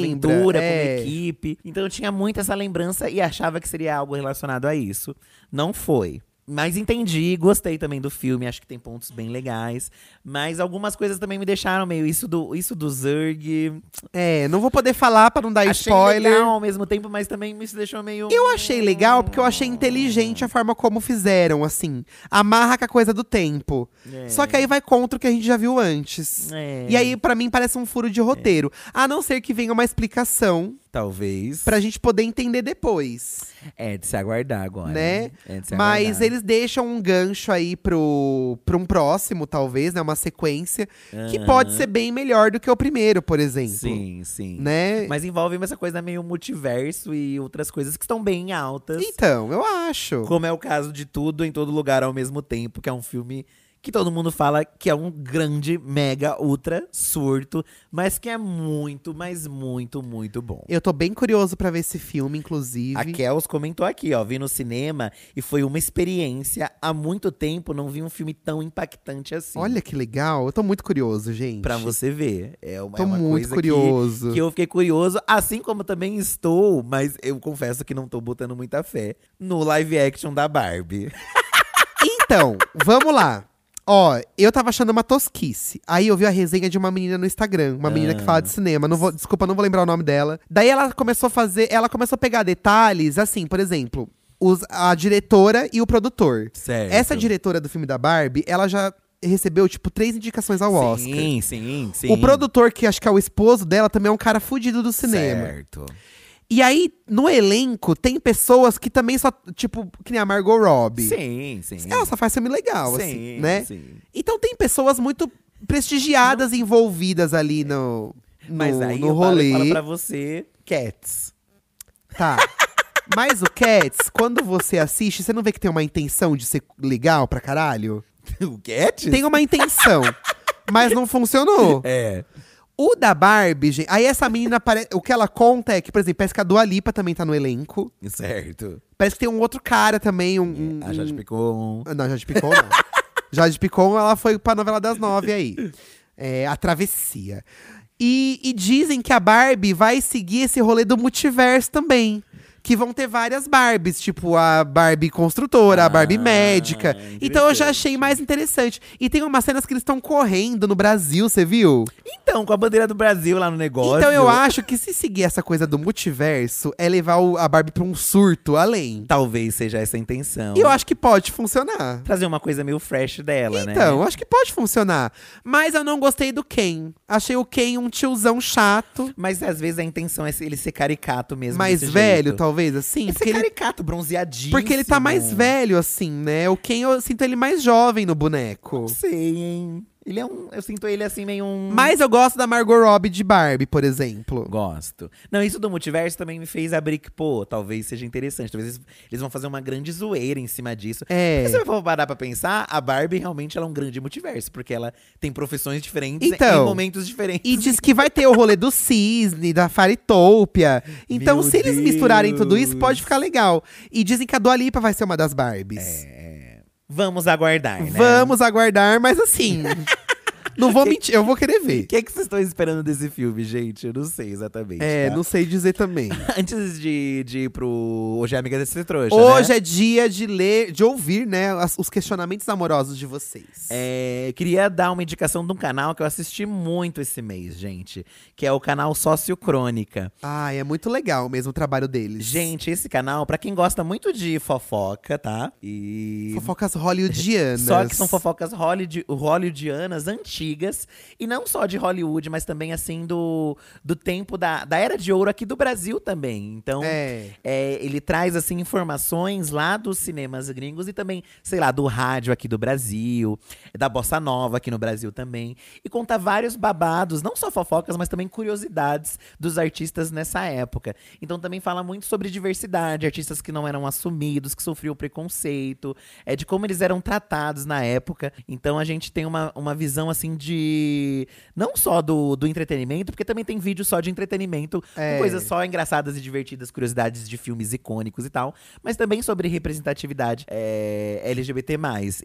B: é.
C: aventura com uma equipe. Então eu tinha muito essa lembrança e achava que seria algo relacionado a isso. Não foi. Mas entendi, gostei também do filme, acho que tem pontos bem legais. Mas algumas coisas também me deixaram meio. Isso do, isso do Zurg.
B: É, não vou poder falar pra não dar
C: Achei
B: spoiler.
C: legal ao mesmo tempo, mas também isso deixou meio.
B: Eu achei legal porque eu achei inteligente a forma como fizeram, assim. Amarra com a coisa do tempo.
C: É.
B: Só que aí vai contra o que a gente já viu antes.
C: É.
B: E aí, pra mim, parece um furo de roteiro. A não ser que venha uma explicação
C: Talvez.
B: pra gente poder entender depois,
C: É de se aguardar agora.
B: né?
C: É de se
B: Mas
C: aguardar.
B: eles deixam um gancho aí pro, pra um próximo, talvez, né? Uma sequência. Que pode ser bem melhor do que o primeiro, por exemplo.
C: Sim, sim.
B: Né?
C: Mas envolve essa coisa meio multiverso e outras coisas que estão bem altas.
B: Então, eu acho.
C: Como é o caso de Tudo em Todo Lugar ao Mesmo Tempo, que é um filme que todo mundo fala que é um grande, mega, ultra surto, mas que é muito, mas muito, muito bom.
B: Eu tô bem curioso pra ver esse filme, inclusive.
C: A Kels comentou aqui, ó, vi no cinema e foi uma experiência. Há muito tempo não vi um filme tão impactante assim.
B: Olha que legal. Eu tô muito curioso, gente.
C: Pra você ver. É uma, é
B: Tô
C: uma
B: muito
C: coisa que-
B: curioso.
C: que eu fiquei curioso, assim como também estou, mas eu confesso que não tô botando muita fé no live action da Barbie.
B: Então, vamos lá. Ó, eu tava achando uma tosquice. Aí eu vi a resenha de uma menina no Instagram, uma
C: Ah.
B: menina que fala de cinema. Não vou, desculpa, não vou lembrar o nome dela. Daí ela começou a fazer. Ela começou a pegar detalhes, assim, por exemplo, os- a diretora e o produtor.
C: Certo.
B: Essa diretora do filme da Barbie, ela já recebeu, tipo, três indicações ao Oscar.
C: Sim, sim, sim.
B: O produtor, que acho que é o esposo dela, também é um cara fudido do cinema.
C: Certo.
B: E aí, no elenco, tem pessoas que também só. Tipo, que nem a Margot Robbie.
C: Sim, sim.
B: Ela só faz filme legal,
C: Sim,
B: assim, né?
C: sim.
B: Então tem pessoas muito prestigiadas envolvidas ali no, no,
C: Mas aí
B: no
C: eu falo e falo
B: rolê.
C: pra você, Cats.
B: Tá. Mas o Cats, quando você assiste, você não vê que tem uma intenção de ser legal pra caralho?
C: o Cats?
B: Tem uma intenção, mas não funcionou.
C: É.
B: O da Barbie, gente. Aí essa menina parece. O que ela conta é que, por exemplo, parece que a Dua Lipa também tá no elenco.
C: Certo.
B: Parece que tem um outro cara também, um. um
C: A Jade picou um.
B: um- Não, Jade Picon não. Jade Picon, ela foi pra novela das nove aí. É, a Travessia. E, e dizem que a Barbie vai seguir esse rolê do multiverso também. Que vão ter várias Barbies, tipo a Barbie construtora, a Barbie
C: Ah,
B: médica. Então eu já
C: interessante.
B: achei mais interessante. E tem umas cenas que eles estão correndo no Brasil, você viu?
C: Então, com a bandeira do Brasil lá no negócio.
B: Então eu acho que se seguir essa coisa do multiverso, é levar o- a Barbie pra um surto
C: Tá
B: além.
C: Talvez seja essa a intenção.
B: E eu acho que pode funcionar.
C: Trazer uma coisa meio fresh dela, né?
B: Então, acho que pode funcionar. Mas eu não gostei do Ken. Achei o Ken um tiozão chato,
C: Mas às vezes a intenção é ele ser caricato mesmo.
B: mais
C: desse
B: velho,
C: jeito.
B: talvez, assim.
C: Esse é
B: Porque ele,
C: caricato, bronzeadinho.
B: porque ele tá mais velho, assim, né? O Ken, eu sinto ele mais jovem no boneco.
C: Não sei, hein? Ele é um. Eu sinto ele assim, meio um.
B: Mas eu gosto da Margot Robbie de Barbie, por exemplo.
C: Gosto. Não, isso do multiverso também me fez abrir que, pô, talvez seja interessante. Talvez eles, eles vão fazer uma grande zoeira em cima disso.
B: É.
C: Porque se eu for parar pra pensar, a Barbie realmente ela é um grande multiverso, porque ela tem profissões diferentes
B: Então.
C: em momentos diferentes.
B: E diz que vai ter o rolê do cisne, da Faritopia. Então,
C: Meu
B: se eles misturarem tudo isso,
C: Deus.
B: pode ficar legal. E dizem que a Dua Lipa vai ser uma das Barbies.
C: Vamos aguardar, É, né?
B: Vamos aguardar, mas assim. não vou mentir, eu vou querer ver.
C: O que, é que vocês estão esperando desse filme, gente? Eu não sei exatamente.
B: É,
C: tá?
B: não sei dizer também.
C: Antes de, de ir pro. Hoje é amiga desse trouxa.
B: Hoje
C: né?
B: é dia de ler, de ouvir, né, as- os questionamentos amorosos de vocês.
C: É, queria dar uma indicação de um canal que eu assisti muito esse mês, gente. Que é o canal Sócio Crônica.
B: Ai, é muito legal mesmo o trabalho deles.
C: Gente, esse canal, pra quem gosta muito de fofoca, tá? E.
B: Fofocas hollywoodianas.
C: Só que são fofocas hollywood, hollywoodianas antigas. E não só de Hollywood, mas também assim do, do tempo da, da era de ouro aqui do Brasil também. Então,
B: É.
C: é, ele traz assim informações lá dos cinemas gringos e também, sei lá, do rádio aqui do Brasil, da bossa nova aqui no Brasil também, e conta vários babados, não só fofocas, mas também curiosidades dos artistas nessa época. Então também fala muito sobre diversidade, artistas que não eram assumidos, que sofriam preconceito, é de como eles eram tratados na época. Então a gente tem uma, uma visão assim de não só do, do entretenimento, porque também tem vídeo só de entretenimento,
B: É.
C: com coisas só engraçadas e divertidas, curiosidades de filmes icônicos e tal, mas também sobre representatividade é, LGBT.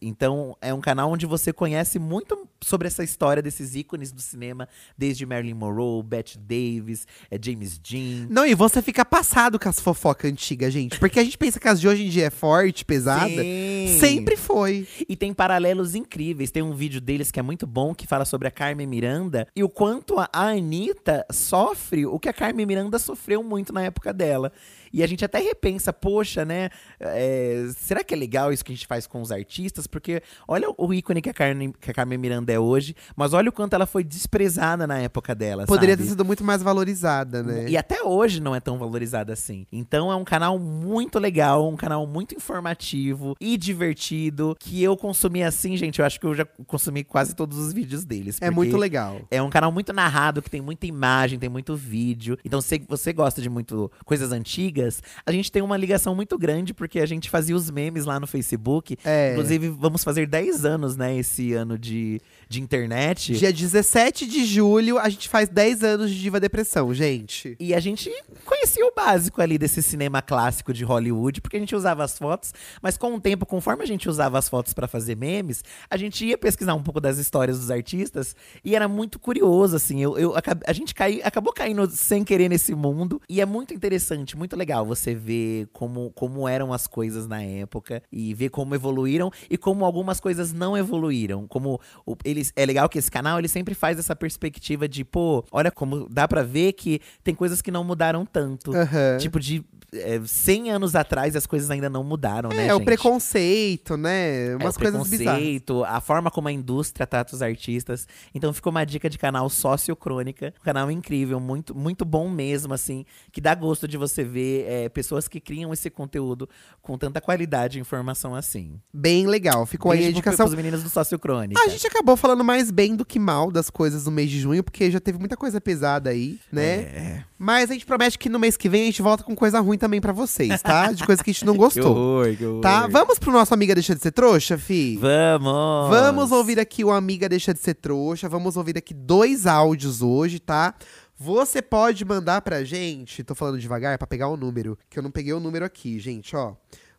C: Então, é um canal onde você conhece muito sobre essa história desses ícones do cinema, desde Marilyn Monroe, Bette Davis, é, James Dean.
B: Não, e você fica passado com as fofocas antigas, gente. Porque a gente pensa que as de hoje em dia é forte, pesada.
C: Sim.
B: Sempre foi.
C: E tem paralelos incríveis. Tem um vídeo deles que é muito bom, que fala sobre a Carmen Miranda e o quanto a a Anitta sofre o que a Carmen Miranda sofreu muito na época dela. E a gente até repensa, poxa, né? é, será que é legal isso que a gente faz com os artistas? Porque olha o ícone que a Carmen, que a Carmen Miranda é hoje, mas olha o quanto ela foi desprezada na época dela.
B: Poderia
C: sabe?
B: ter sido muito mais valorizada, né?
C: E até hoje não é tão valorizada assim. Então é um canal muito legal, um canal muito informativo e divertido. Que eu consumi assim, gente. Eu acho que eu já consumi quase todos os vídeos deles.
B: É
C: porque
B: muito legal.
C: É um canal muito narrado, que tem muita imagem, tem muito vídeo. Então, se você gosta de muito coisas antigas, a gente tem uma ligação muito grande, porque a gente fazia os memes lá no Facebook.
B: É.
C: Inclusive, vamos fazer 10 anos, né, esse ano de, de internet.
B: Dia 17 de julho, a gente faz 10 anos de Diva Depressão, gente.
C: E a gente conhecia o básico ali desse cinema clássico de Hollywood, porque a gente usava as fotos, mas com o tempo, conforme a gente usava as fotos pra fazer memes, a gente ia pesquisar um pouco das histórias dos artistas e era muito curioso, assim. Eu, eu acab- a gente cai, acabou caindo sem querer nesse mundo e é muito interessante, muito legal você ver como, como eram as coisas na época e ver como evoluíram e como algumas coisas não evoluíram. Como o- eles, é legal que esse canal ele sempre faz essa perspectiva de, pô, olha como dá pra ver que tem coisas que não mudaram tanto.
B: Aham.
C: Tipo de é, 100 anos atrás as coisas ainda não mudaram, né,
B: é, o
C: gente?
B: preconceito, né?
C: É,
B: Umas
C: o
B: coisas bizarras.
C: preconceito, a forma como a indústria trata os artistas. Então ficou uma dica de canal Sócio Crônica. Um canal incrível, muito, muito bom mesmo, assim. Que dá gosto de você ver é, pessoas que criam esse conteúdo com tanta qualidade e informação assim.
B: Bem legal. Ficou aí a
C: Beijo pro-
B: indicação.
C: pros meninos do Sócio Crônica.
B: A gente acabou falando mais bem do que mal das coisas no mês de junho,
C: É.
B: porque já teve muita coisa pesada aí, né? Mas a gente promete que no mês que vem a gente volta com coisa ruim também pra vocês, tá? De coisa que a gente não gostou.
C: horror, que horror.
B: Tá? Vamos pro nosso Amiga Deixa de Ser Trouxa, fi?
C: Vamos!
B: Vamos ouvir aqui o Amiga Deixa de Ser Trouxa. Vamos ouvir aqui dois áudios hoje, tá? Você pode mandar pra gente. Tô falando devagar pra pegar o número, que eu não peguei o número aqui, gente, ó.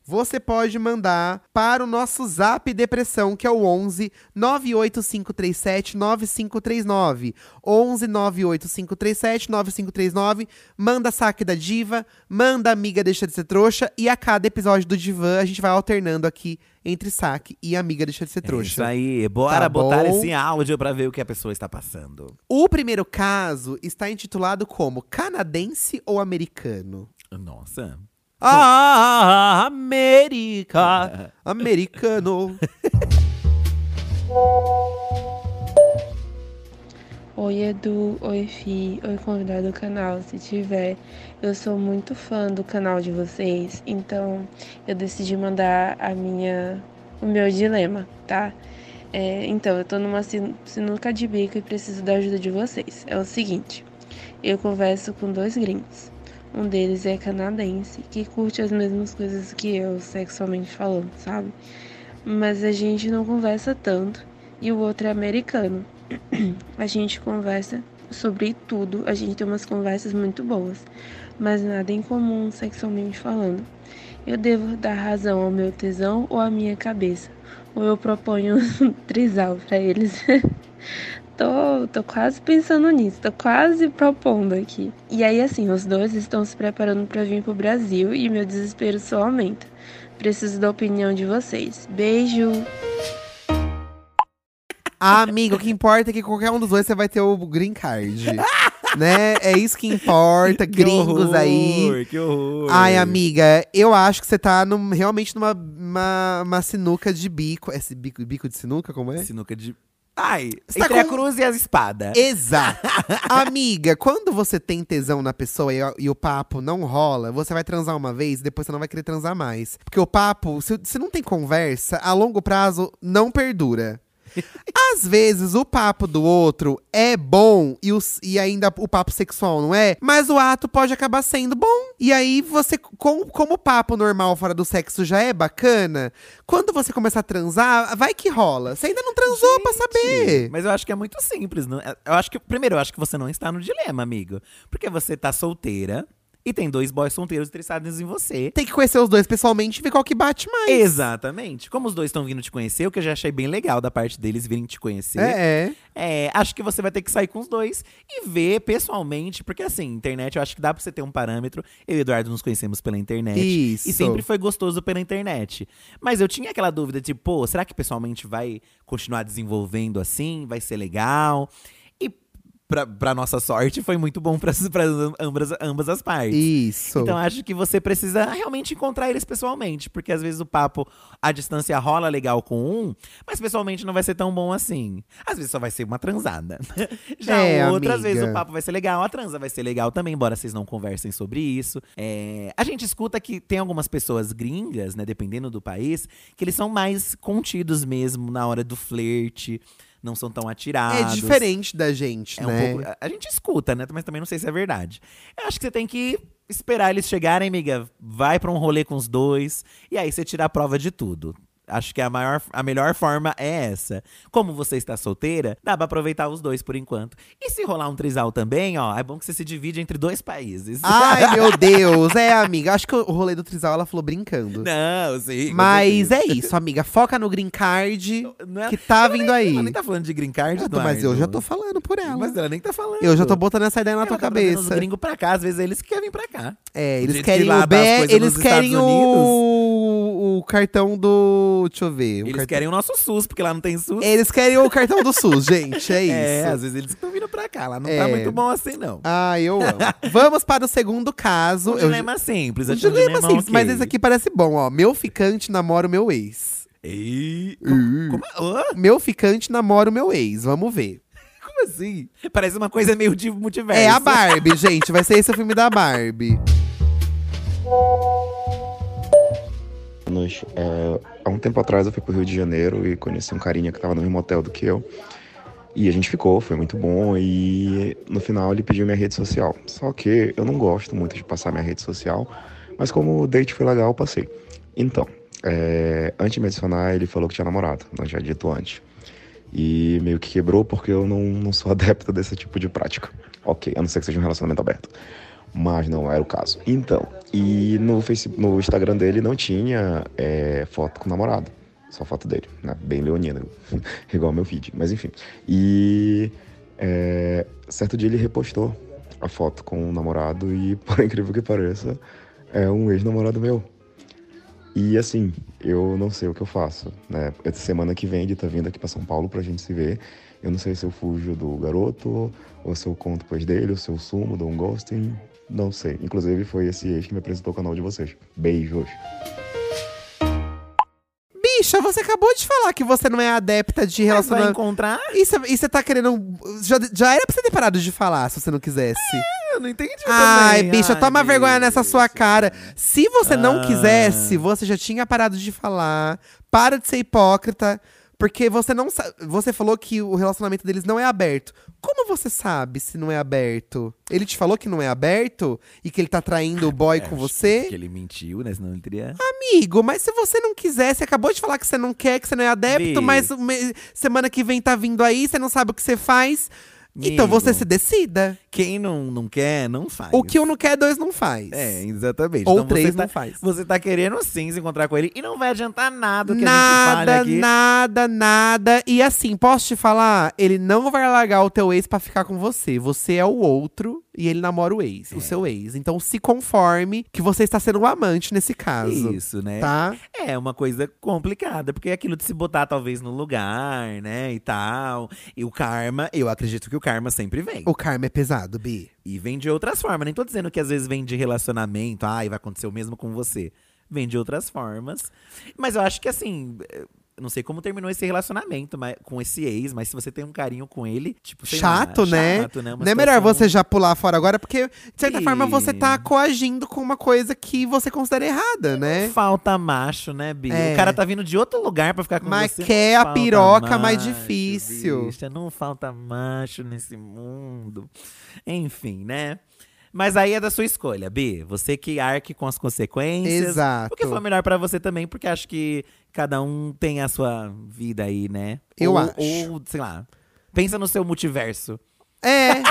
B: Você pode mandar para o nosso Zap Depressão, que é o 11 98537 9539. 11 98537 9539. Manda saque da diva, manda amiga deixa de ser trouxa. E a cada episódio do Divã, a gente vai alternando aqui entre saque e amiga deixa de ser
C: É isso
B: trouxa.
C: aí, bora
B: Tá
C: botar
B: bom?
C: esse áudio pra ver o que a pessoa está passando.
B: O primeiro caso está intitulado como Canadense ou Americano?
C: Nossa.
B: Ah, América! Americano!
D: Oi Edu, oi Fi, oi convidado do canal, se tiver. Eu sou muito fã do canal de vocês, então eu decidi mandar a minha, o meu dilema, tá? É, então, eu tô numa sin- sinuca de bico e preciso da ajuda de vocês. É o seguinte, eu converso com dois gringos. Um deles é canadense, que curte as mesmas coisas que eu, sexualmente falando, sabe? Mas a gente não conversa tanto. E o outro é americano. A gente conversa sobre tudo, a gente tem umas conversas muito boas, mas nada em comum sexualmente falando. Eu devo dar razão ao meu tesão ou à minha cabeça? Ou eu proponho um trisal pra eles? tô, tô quase pensando nisso, tô quase propondo aqui. E aí, assim, os dois estão se preparando pra vir pro Brasil e meu desespero só aumenta. Preciso da opinião de vocês. Beijo!
B: Ah, amigo, o que importa é que qualquer um dos dois você vai ter o green card. né? É isso que importa, gringos aí.
C: Que horror.
B: Ai, amiga, eu acho que você tá num- realmente numa uma, uma sinuca de bico. É, Esse bico, bico de sinuca, como é?
C: Né? Sinuca de. Ai,
B: Você tá
C: entre a
B: com-
C: cruz e a espada.
B: Exato. Amiga, quando você tem tesão na pessoa e, e o papo não rola, você vai transar uma vez e depois você não vai querer transar mais. Porque o papo, se, se não tem conversa, a longo prazo não perdura. Às vezes o papo do outro é bom e, os- e ainda o papo sexual não é, mas o ato pode acabar sendo bom. E aí você, com- como o papo normal fora do sexo já é bacana, quando você começar a transar, vai que rola. Você ainda não transou pra saber.
C: Mas eu acho que é muito simples. Não? Eu acho que, primeiro, eu acho que você não está no dilema, amigo. Porque você tá solteira e tem dois boys solteiros interessados em você.
B: tem que conhecer os dois pessoalmente e ver qual que bate mais.
C: Exatamente. Como os dois estão vindo te conhecer, o que eu já achei bem legal da parte deles virem te conhecer.
B: É, é.
C: É, acho que você vai ter que sair com os dois e ver pessoalmente, porque assim, internet eu acho que dá pra você ter um parâmetro. Eu e o Eduardo nos conhecemos pela internet.
B: Isso.
C: E sempre foi gostoso pela internet. Mas eu tinha aquela dúvida, tipo, pô, será que pessoalmente vai continuar desenvolvendo assim? Vai ser legal? E pra, pra nossa sorte, foi muito bom pra, pra ambas, ambas as partes.
B: Isso.
C: Então acho que você precisa realmente encontrar eles pessoalmente, porque às vezes o papo à distância rola legal com um, mas pessoalmente não vai ser tão bom assim. Às vezes só vai ser uma transada. Já
B: É,
C: outras
B: amiga.
C: vezes o papo vai ser legal, a transa vai ser legal também, embora vocês não conversem sobre isso. É, a gente escuta que tem algumas pessoas gringas, né, dependendo do país, que eles são mais contidos mesmo na hora do flerte, não são tão
B: é
C: atirados.
B: diferente da gente,
C: É um
B: né?
C: pouco- a- A gente escuta, né? Mas também não sei se é verdade. Eu acho que você tem que esperar eles chegarem, amiga. Vai pra um rolê com os dois. E aí você tira a prova de tudo. Acho que a, maior, a melhor forma é essa. Como você está solteira, dá pra aproveitar os dois por enquanto. E se rolar um trisal também, ó, é bom que você se divide entre dois países.
B: Ai, meu Deus. É, amiga. Acho que o rolê do Trizal ela falou brincando.
C: não, sim. com
B: Mas
C: certeza.
B: é isso, amiga. Foca no green card
C: Não é-
B: que tá
C: ela nem-
B: vindo aí.
C: Ela nem tá falando de green card,
B: Eu tô- mas eu
C: Eduardo.
B: já tô falando por ela.
C: Mas ela nem tá falando.
B: eu já tô botando essa ideia na
C: Ela
B: tua
C: tá trazendo Os
B: cabeça.
C: gringos pra cá, às vezes eles que querem vir pra cá.
B: É, eles
C: jeito que
B: querem o
C: lá dá as
B: B,
C: coisas
B: eles
C: nos
B: querem
C: Estados Unidos.
B: o, o cartão do. Deixa eu ver. o
C: Eles
B: um cartão-
C: querem o nosso SUS, porque lá não tem SUS.
B: eles querem o cartão do SUS, gente. É isso.
C: É, às vezes eles estão vindo pra cá. Lá não
B: É.
C: tá muito bom assim, não.
B: Ah, eu amo. Vamos para o segundo caso.
C: Um
B: Eu-
C: dilema simples.
B: Um
C: acho que um
B: dilema simples,
C: ok.
B: mas esse aqui parece bom, ó. Meu ficante namora o meu ex.
C: Ei,
B: Hum.
C: como, como- hã?
B: Meu ficante namora o meu ex, vamos ver.
C: Como assim? Parece uma coisa meio de multiverso.
B: É a Barbie, gente. Vai ser esse o filme da Barbie.
E: Nos, é, há um tempo atrás eu fui pro Rio de Janeiro e conheci um carinha que tava no mesmo hotel do que eu. E a gente ficou, foi muito bom. E no final ele pediu minha rede social. Só que eu não gosto muito de passar minha rede social, Mas como o date foi legal, eu passei. Então, é, antes de me adicionar, ele falou que tinha namorado, não tinha dito antes. E meio que quebrou porque eu não, não sou adepto desse tipo de prática. Ok, a não ser que seja um relacionamento aberto. Mas não era o caso. Então, e no, Facebook, no Instagram dele não tinha é, foto com o namorado. Só foto dele, né? Bem leonino, igual meu feed. Mas enfim. E é, certo dia ele repostou a foto com o namorado e, por incrível que pareça, é um ex-namorado meu. E assim, eu não sei o que eu faço, né? Essa semana que vem ele tá vindo aqui pra São Paulo pra gente se ver. Eu não sei se eu fujo do garoto, ou se eu conto depois dele, ou se eu sumo, dou um ghosting, não sei. Inclusive foi esse ex que me apresentou o canal de vocês. Beijos.
B: Bicha, você acabou de falar que você não é adepta de
C: Mas vai
B: relacionamento.
C: encontrar?
B: E você tá querendo. Já, já era pra você ter parado de falar, se você não quisesse.
C: Ah, Eu não entendi
B: Ai,
C: também.
B: bicha,
C: Ai,
B: toma vergonha nessa
C: bicho.
B: sua cara. Se você não
C: Ah.
B: quisesse, você já tinha parado de falar. Para de ser hipócrita. Porque você não sabe. Você falou que o relacionamento deles não é aberto. Como você sabe se não é aberto? Ele te falou que não é aberto? E que ele tá traindo o boy
C: É,
B: com
C: acho
B: você? Ah,
C: Que ele mentiu, né? Senão ele teria.
B: Amigo, mas se você não quiser, você acabou de falar que você não quer, que você não é adepto,
C: Amigo.
B: mas o me- semana que vem tá vindo aí, você não sabe o que você faz. Então
C: Amigo.
B: você se decida.
C: Quem não, não quer, não faz.
B: O que um não quer, dois não faz.
C: É, exatamente.
B: Ou
C: Então você
B: três
C: tá-
B: não faz.
C: Você tá querendo sim se encontrar com ele e não vai adiantar nada o que
B: Nada,
C: a gente fale aqui.
B: nada, nada. E assim, posso te falar? Ele não vai largar o teu ex pra ficar com você. Você é o outro e ele namora o ex, o
C: É.
B: seu ex. Então se conforme que você está sendo um amante nesse caso.
C: Isso, né?
B: Tá?
C: É uma coisa complicada, porque é aquilo de se botar talvez no lugar, né, e tal. E o karma, eu acredito que o karma sempre vem.
B: O karma é pesado, Bi.
C: E vem de outras formas. Nem tô dizendo que às vezes vem de relacionamento, ai, vai acontecer o mesmo com você. Vem de outras formas. Mas eu acho que assim. eh, Não sei como terminou esse relacionamento mas, com esse ex, mas se você tem um carinho com ele, tipo, sei lá,
B: chato, né?
C: Chato, né? Uma
B: Não é melhor
C: situação-
B: você já pular fora agora, porque, de certa
C: Sim.
B: forma, você tá coagindo com uma coisa que você considera errada, né?
C: Falta macho, né, Bi?
B: É.
C: O cara tá vindo de outro lugar pra ficar com
B: Mas
C: você.
B: quer É a
C: Falta
B: piroca mais difícil.
C: bicha, não falta macho nesse mundo. Enfim, né? Mas aí é da sua escolha, Bi. Você que arque com as consequências.
B: Exato.
C: O que for melhor pra você também, porque acho que cada um tem a sua vida aí, né?
B: Eu
C: ou,
B: acho.
C: Ou, sei lá, pensa no seu multiverso.
B: É.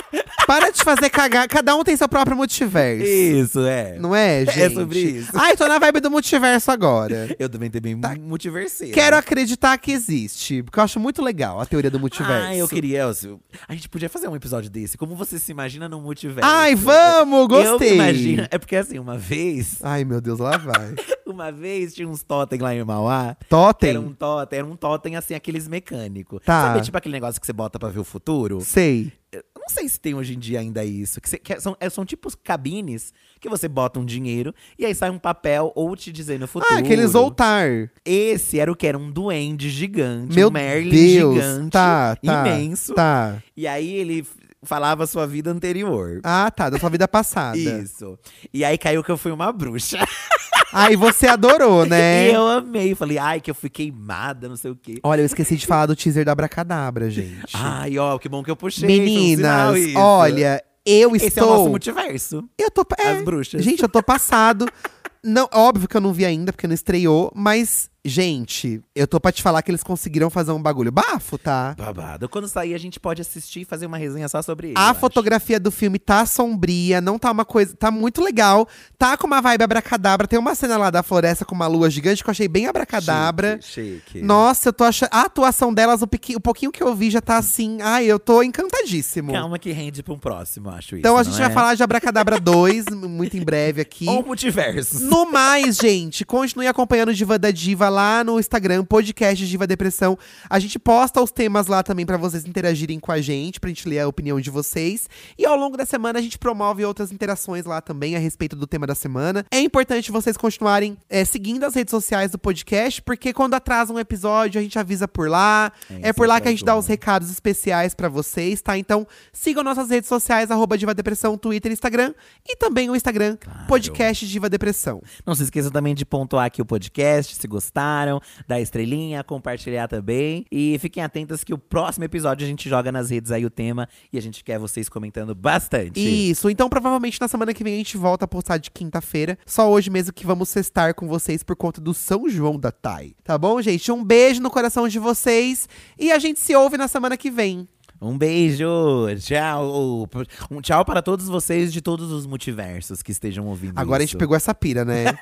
B: Para de fazer cagar. Cada um tem seu próprio multiverso.
C: Isso, é.
B: Não é, gente?
C: sobre isso.
B: Ai, tô na vibe do multiverso agora.
C: Eu também tenho bem multiverseiro.
B: Tá. Quero acreditar que existe, porque eu acho muito legal a teoria do multiverso.
C: Ah, eu queria, Elcio. A gente podia fazer um episódio desse. Como você se imagina no multiverso?
B: Ai, vamos! Gostei!
C: Eu me imagino. É porque assim, uma vez,
B: Ai, meu Deus, lá vai.
C: uma vez tinha uns totem lá em Mauá. que Era
B: Totem?
C: um totem, era um totem assim, aqueles mecânicos.
B: Tá.
C: Sabe, tipo aquele negócio que você bota pra ver o futuro?
B: Sei. Ah,
C: Eu não sei se tem hoje em dia ainda isso. Que você- que são, é, são tipo cabines que você bota um dinheiro e aí sai um papel ou te dizendo o futuro.
B: Ah, aqueles outar.
C: Esse era o que? Era um duende gigante,
B: Meu
C: um Merlin
B: Deus,
C: gigante,
B: tá, tá,
C: imenso.
B: Tá.
C: E aí ele f- falava a sua vida anterior.
B: Ah, tá, da sua vida passada.
C: Isso. E aí caiu que eu fui uma bruxa.
B: Aí você adorou, né?
C: E eu amei. Falei, ai, que eu fui queimada, não sei o quê.
B: Olha, eu esqueci de falar do teaser da Abracadabra, gente.
C: Ai, ó, que bom que eu puxei. foi um sinal
B: Meninas,
C: isso.
B: olha, eu
C: Esse é o nosso
B: estou.
C: multiverso.
B: eu tô. é,
C: As bruxas.
B: gente, eu tô passado. Não, óbvio que eu não vi ainda, porque não estreou, mas, gente, eu tô pra te falar que eles conseguiram fazer um bagulho bafo, tá?
C: Babado. Quando sair, a gente pode assistir e fazer uma resenha só sobre ele. eu
B: A
C: acho.
B: fotografia do filme tá sombria, não tá uma coisa. Tá muito legal. Tá com uma vibe abracadabra. Tem uma cena lá da floresta com uma lua gigante que eu achei bem abracadabra.
C: Chique, chique.
B: Nossa, eu tô achando. A atuação delas, o, pequi- o pouquinho que eu vi já tá assim. Ai, eu tô encantadíssimo.
C: Calma que rende pra um próximo, acho isso.
B: então a
C: não
B: gente
C: é? Oh,
B: vai falar de Abracadabra 2, m- muito em breve aqui.
C: Ou multiverso.
B: No mais, gente, continue acompanhando o Diva da Diva lá no Instagram, podcast Diva Depressão. A gente posta os temas lá também pra vocês interagirem com a gente, pra gente ler a opinião de vocês. E ao longo da semana a gente promove outras interações lá também a respeito do tema da semana. É importante vocês continuarem eh, seguindo as redes sociais do podcast, porque quando atrasa um episódio a gente avisa por lá. É, por lá que a gente
C: né?
B: dá os recados especiais pra vocês, tá? Então sigam nossas redes sociais, arroba Diva Depressão, Twitter, Instagram e também o Instagram, podcast Diva Depressão.
C: Não se esqueça também de pontuar aqui o podcast, se gostaram, dar estrelinha, compartilhar também. E fiquem atentas que o próximo episódio a gente joga nas redes aí o tema e a gente quer vocês comentando bastante.
B: Isso, então provavelmente na semana que vem a gente volta a postar de quinta-feira. Só hoje mesmo que vamos cestar com vocês por conta do São João da Thay. Tá bom, gente? Um beijo no coração de vocês e a gente se ouve na semana que vem.
C: Um beijo, tchau. Um tchau para todos vocês de todos os multiversos que estejam ouvindo
B: Agora a
C: isso.
B: gente pegou essa pira, né?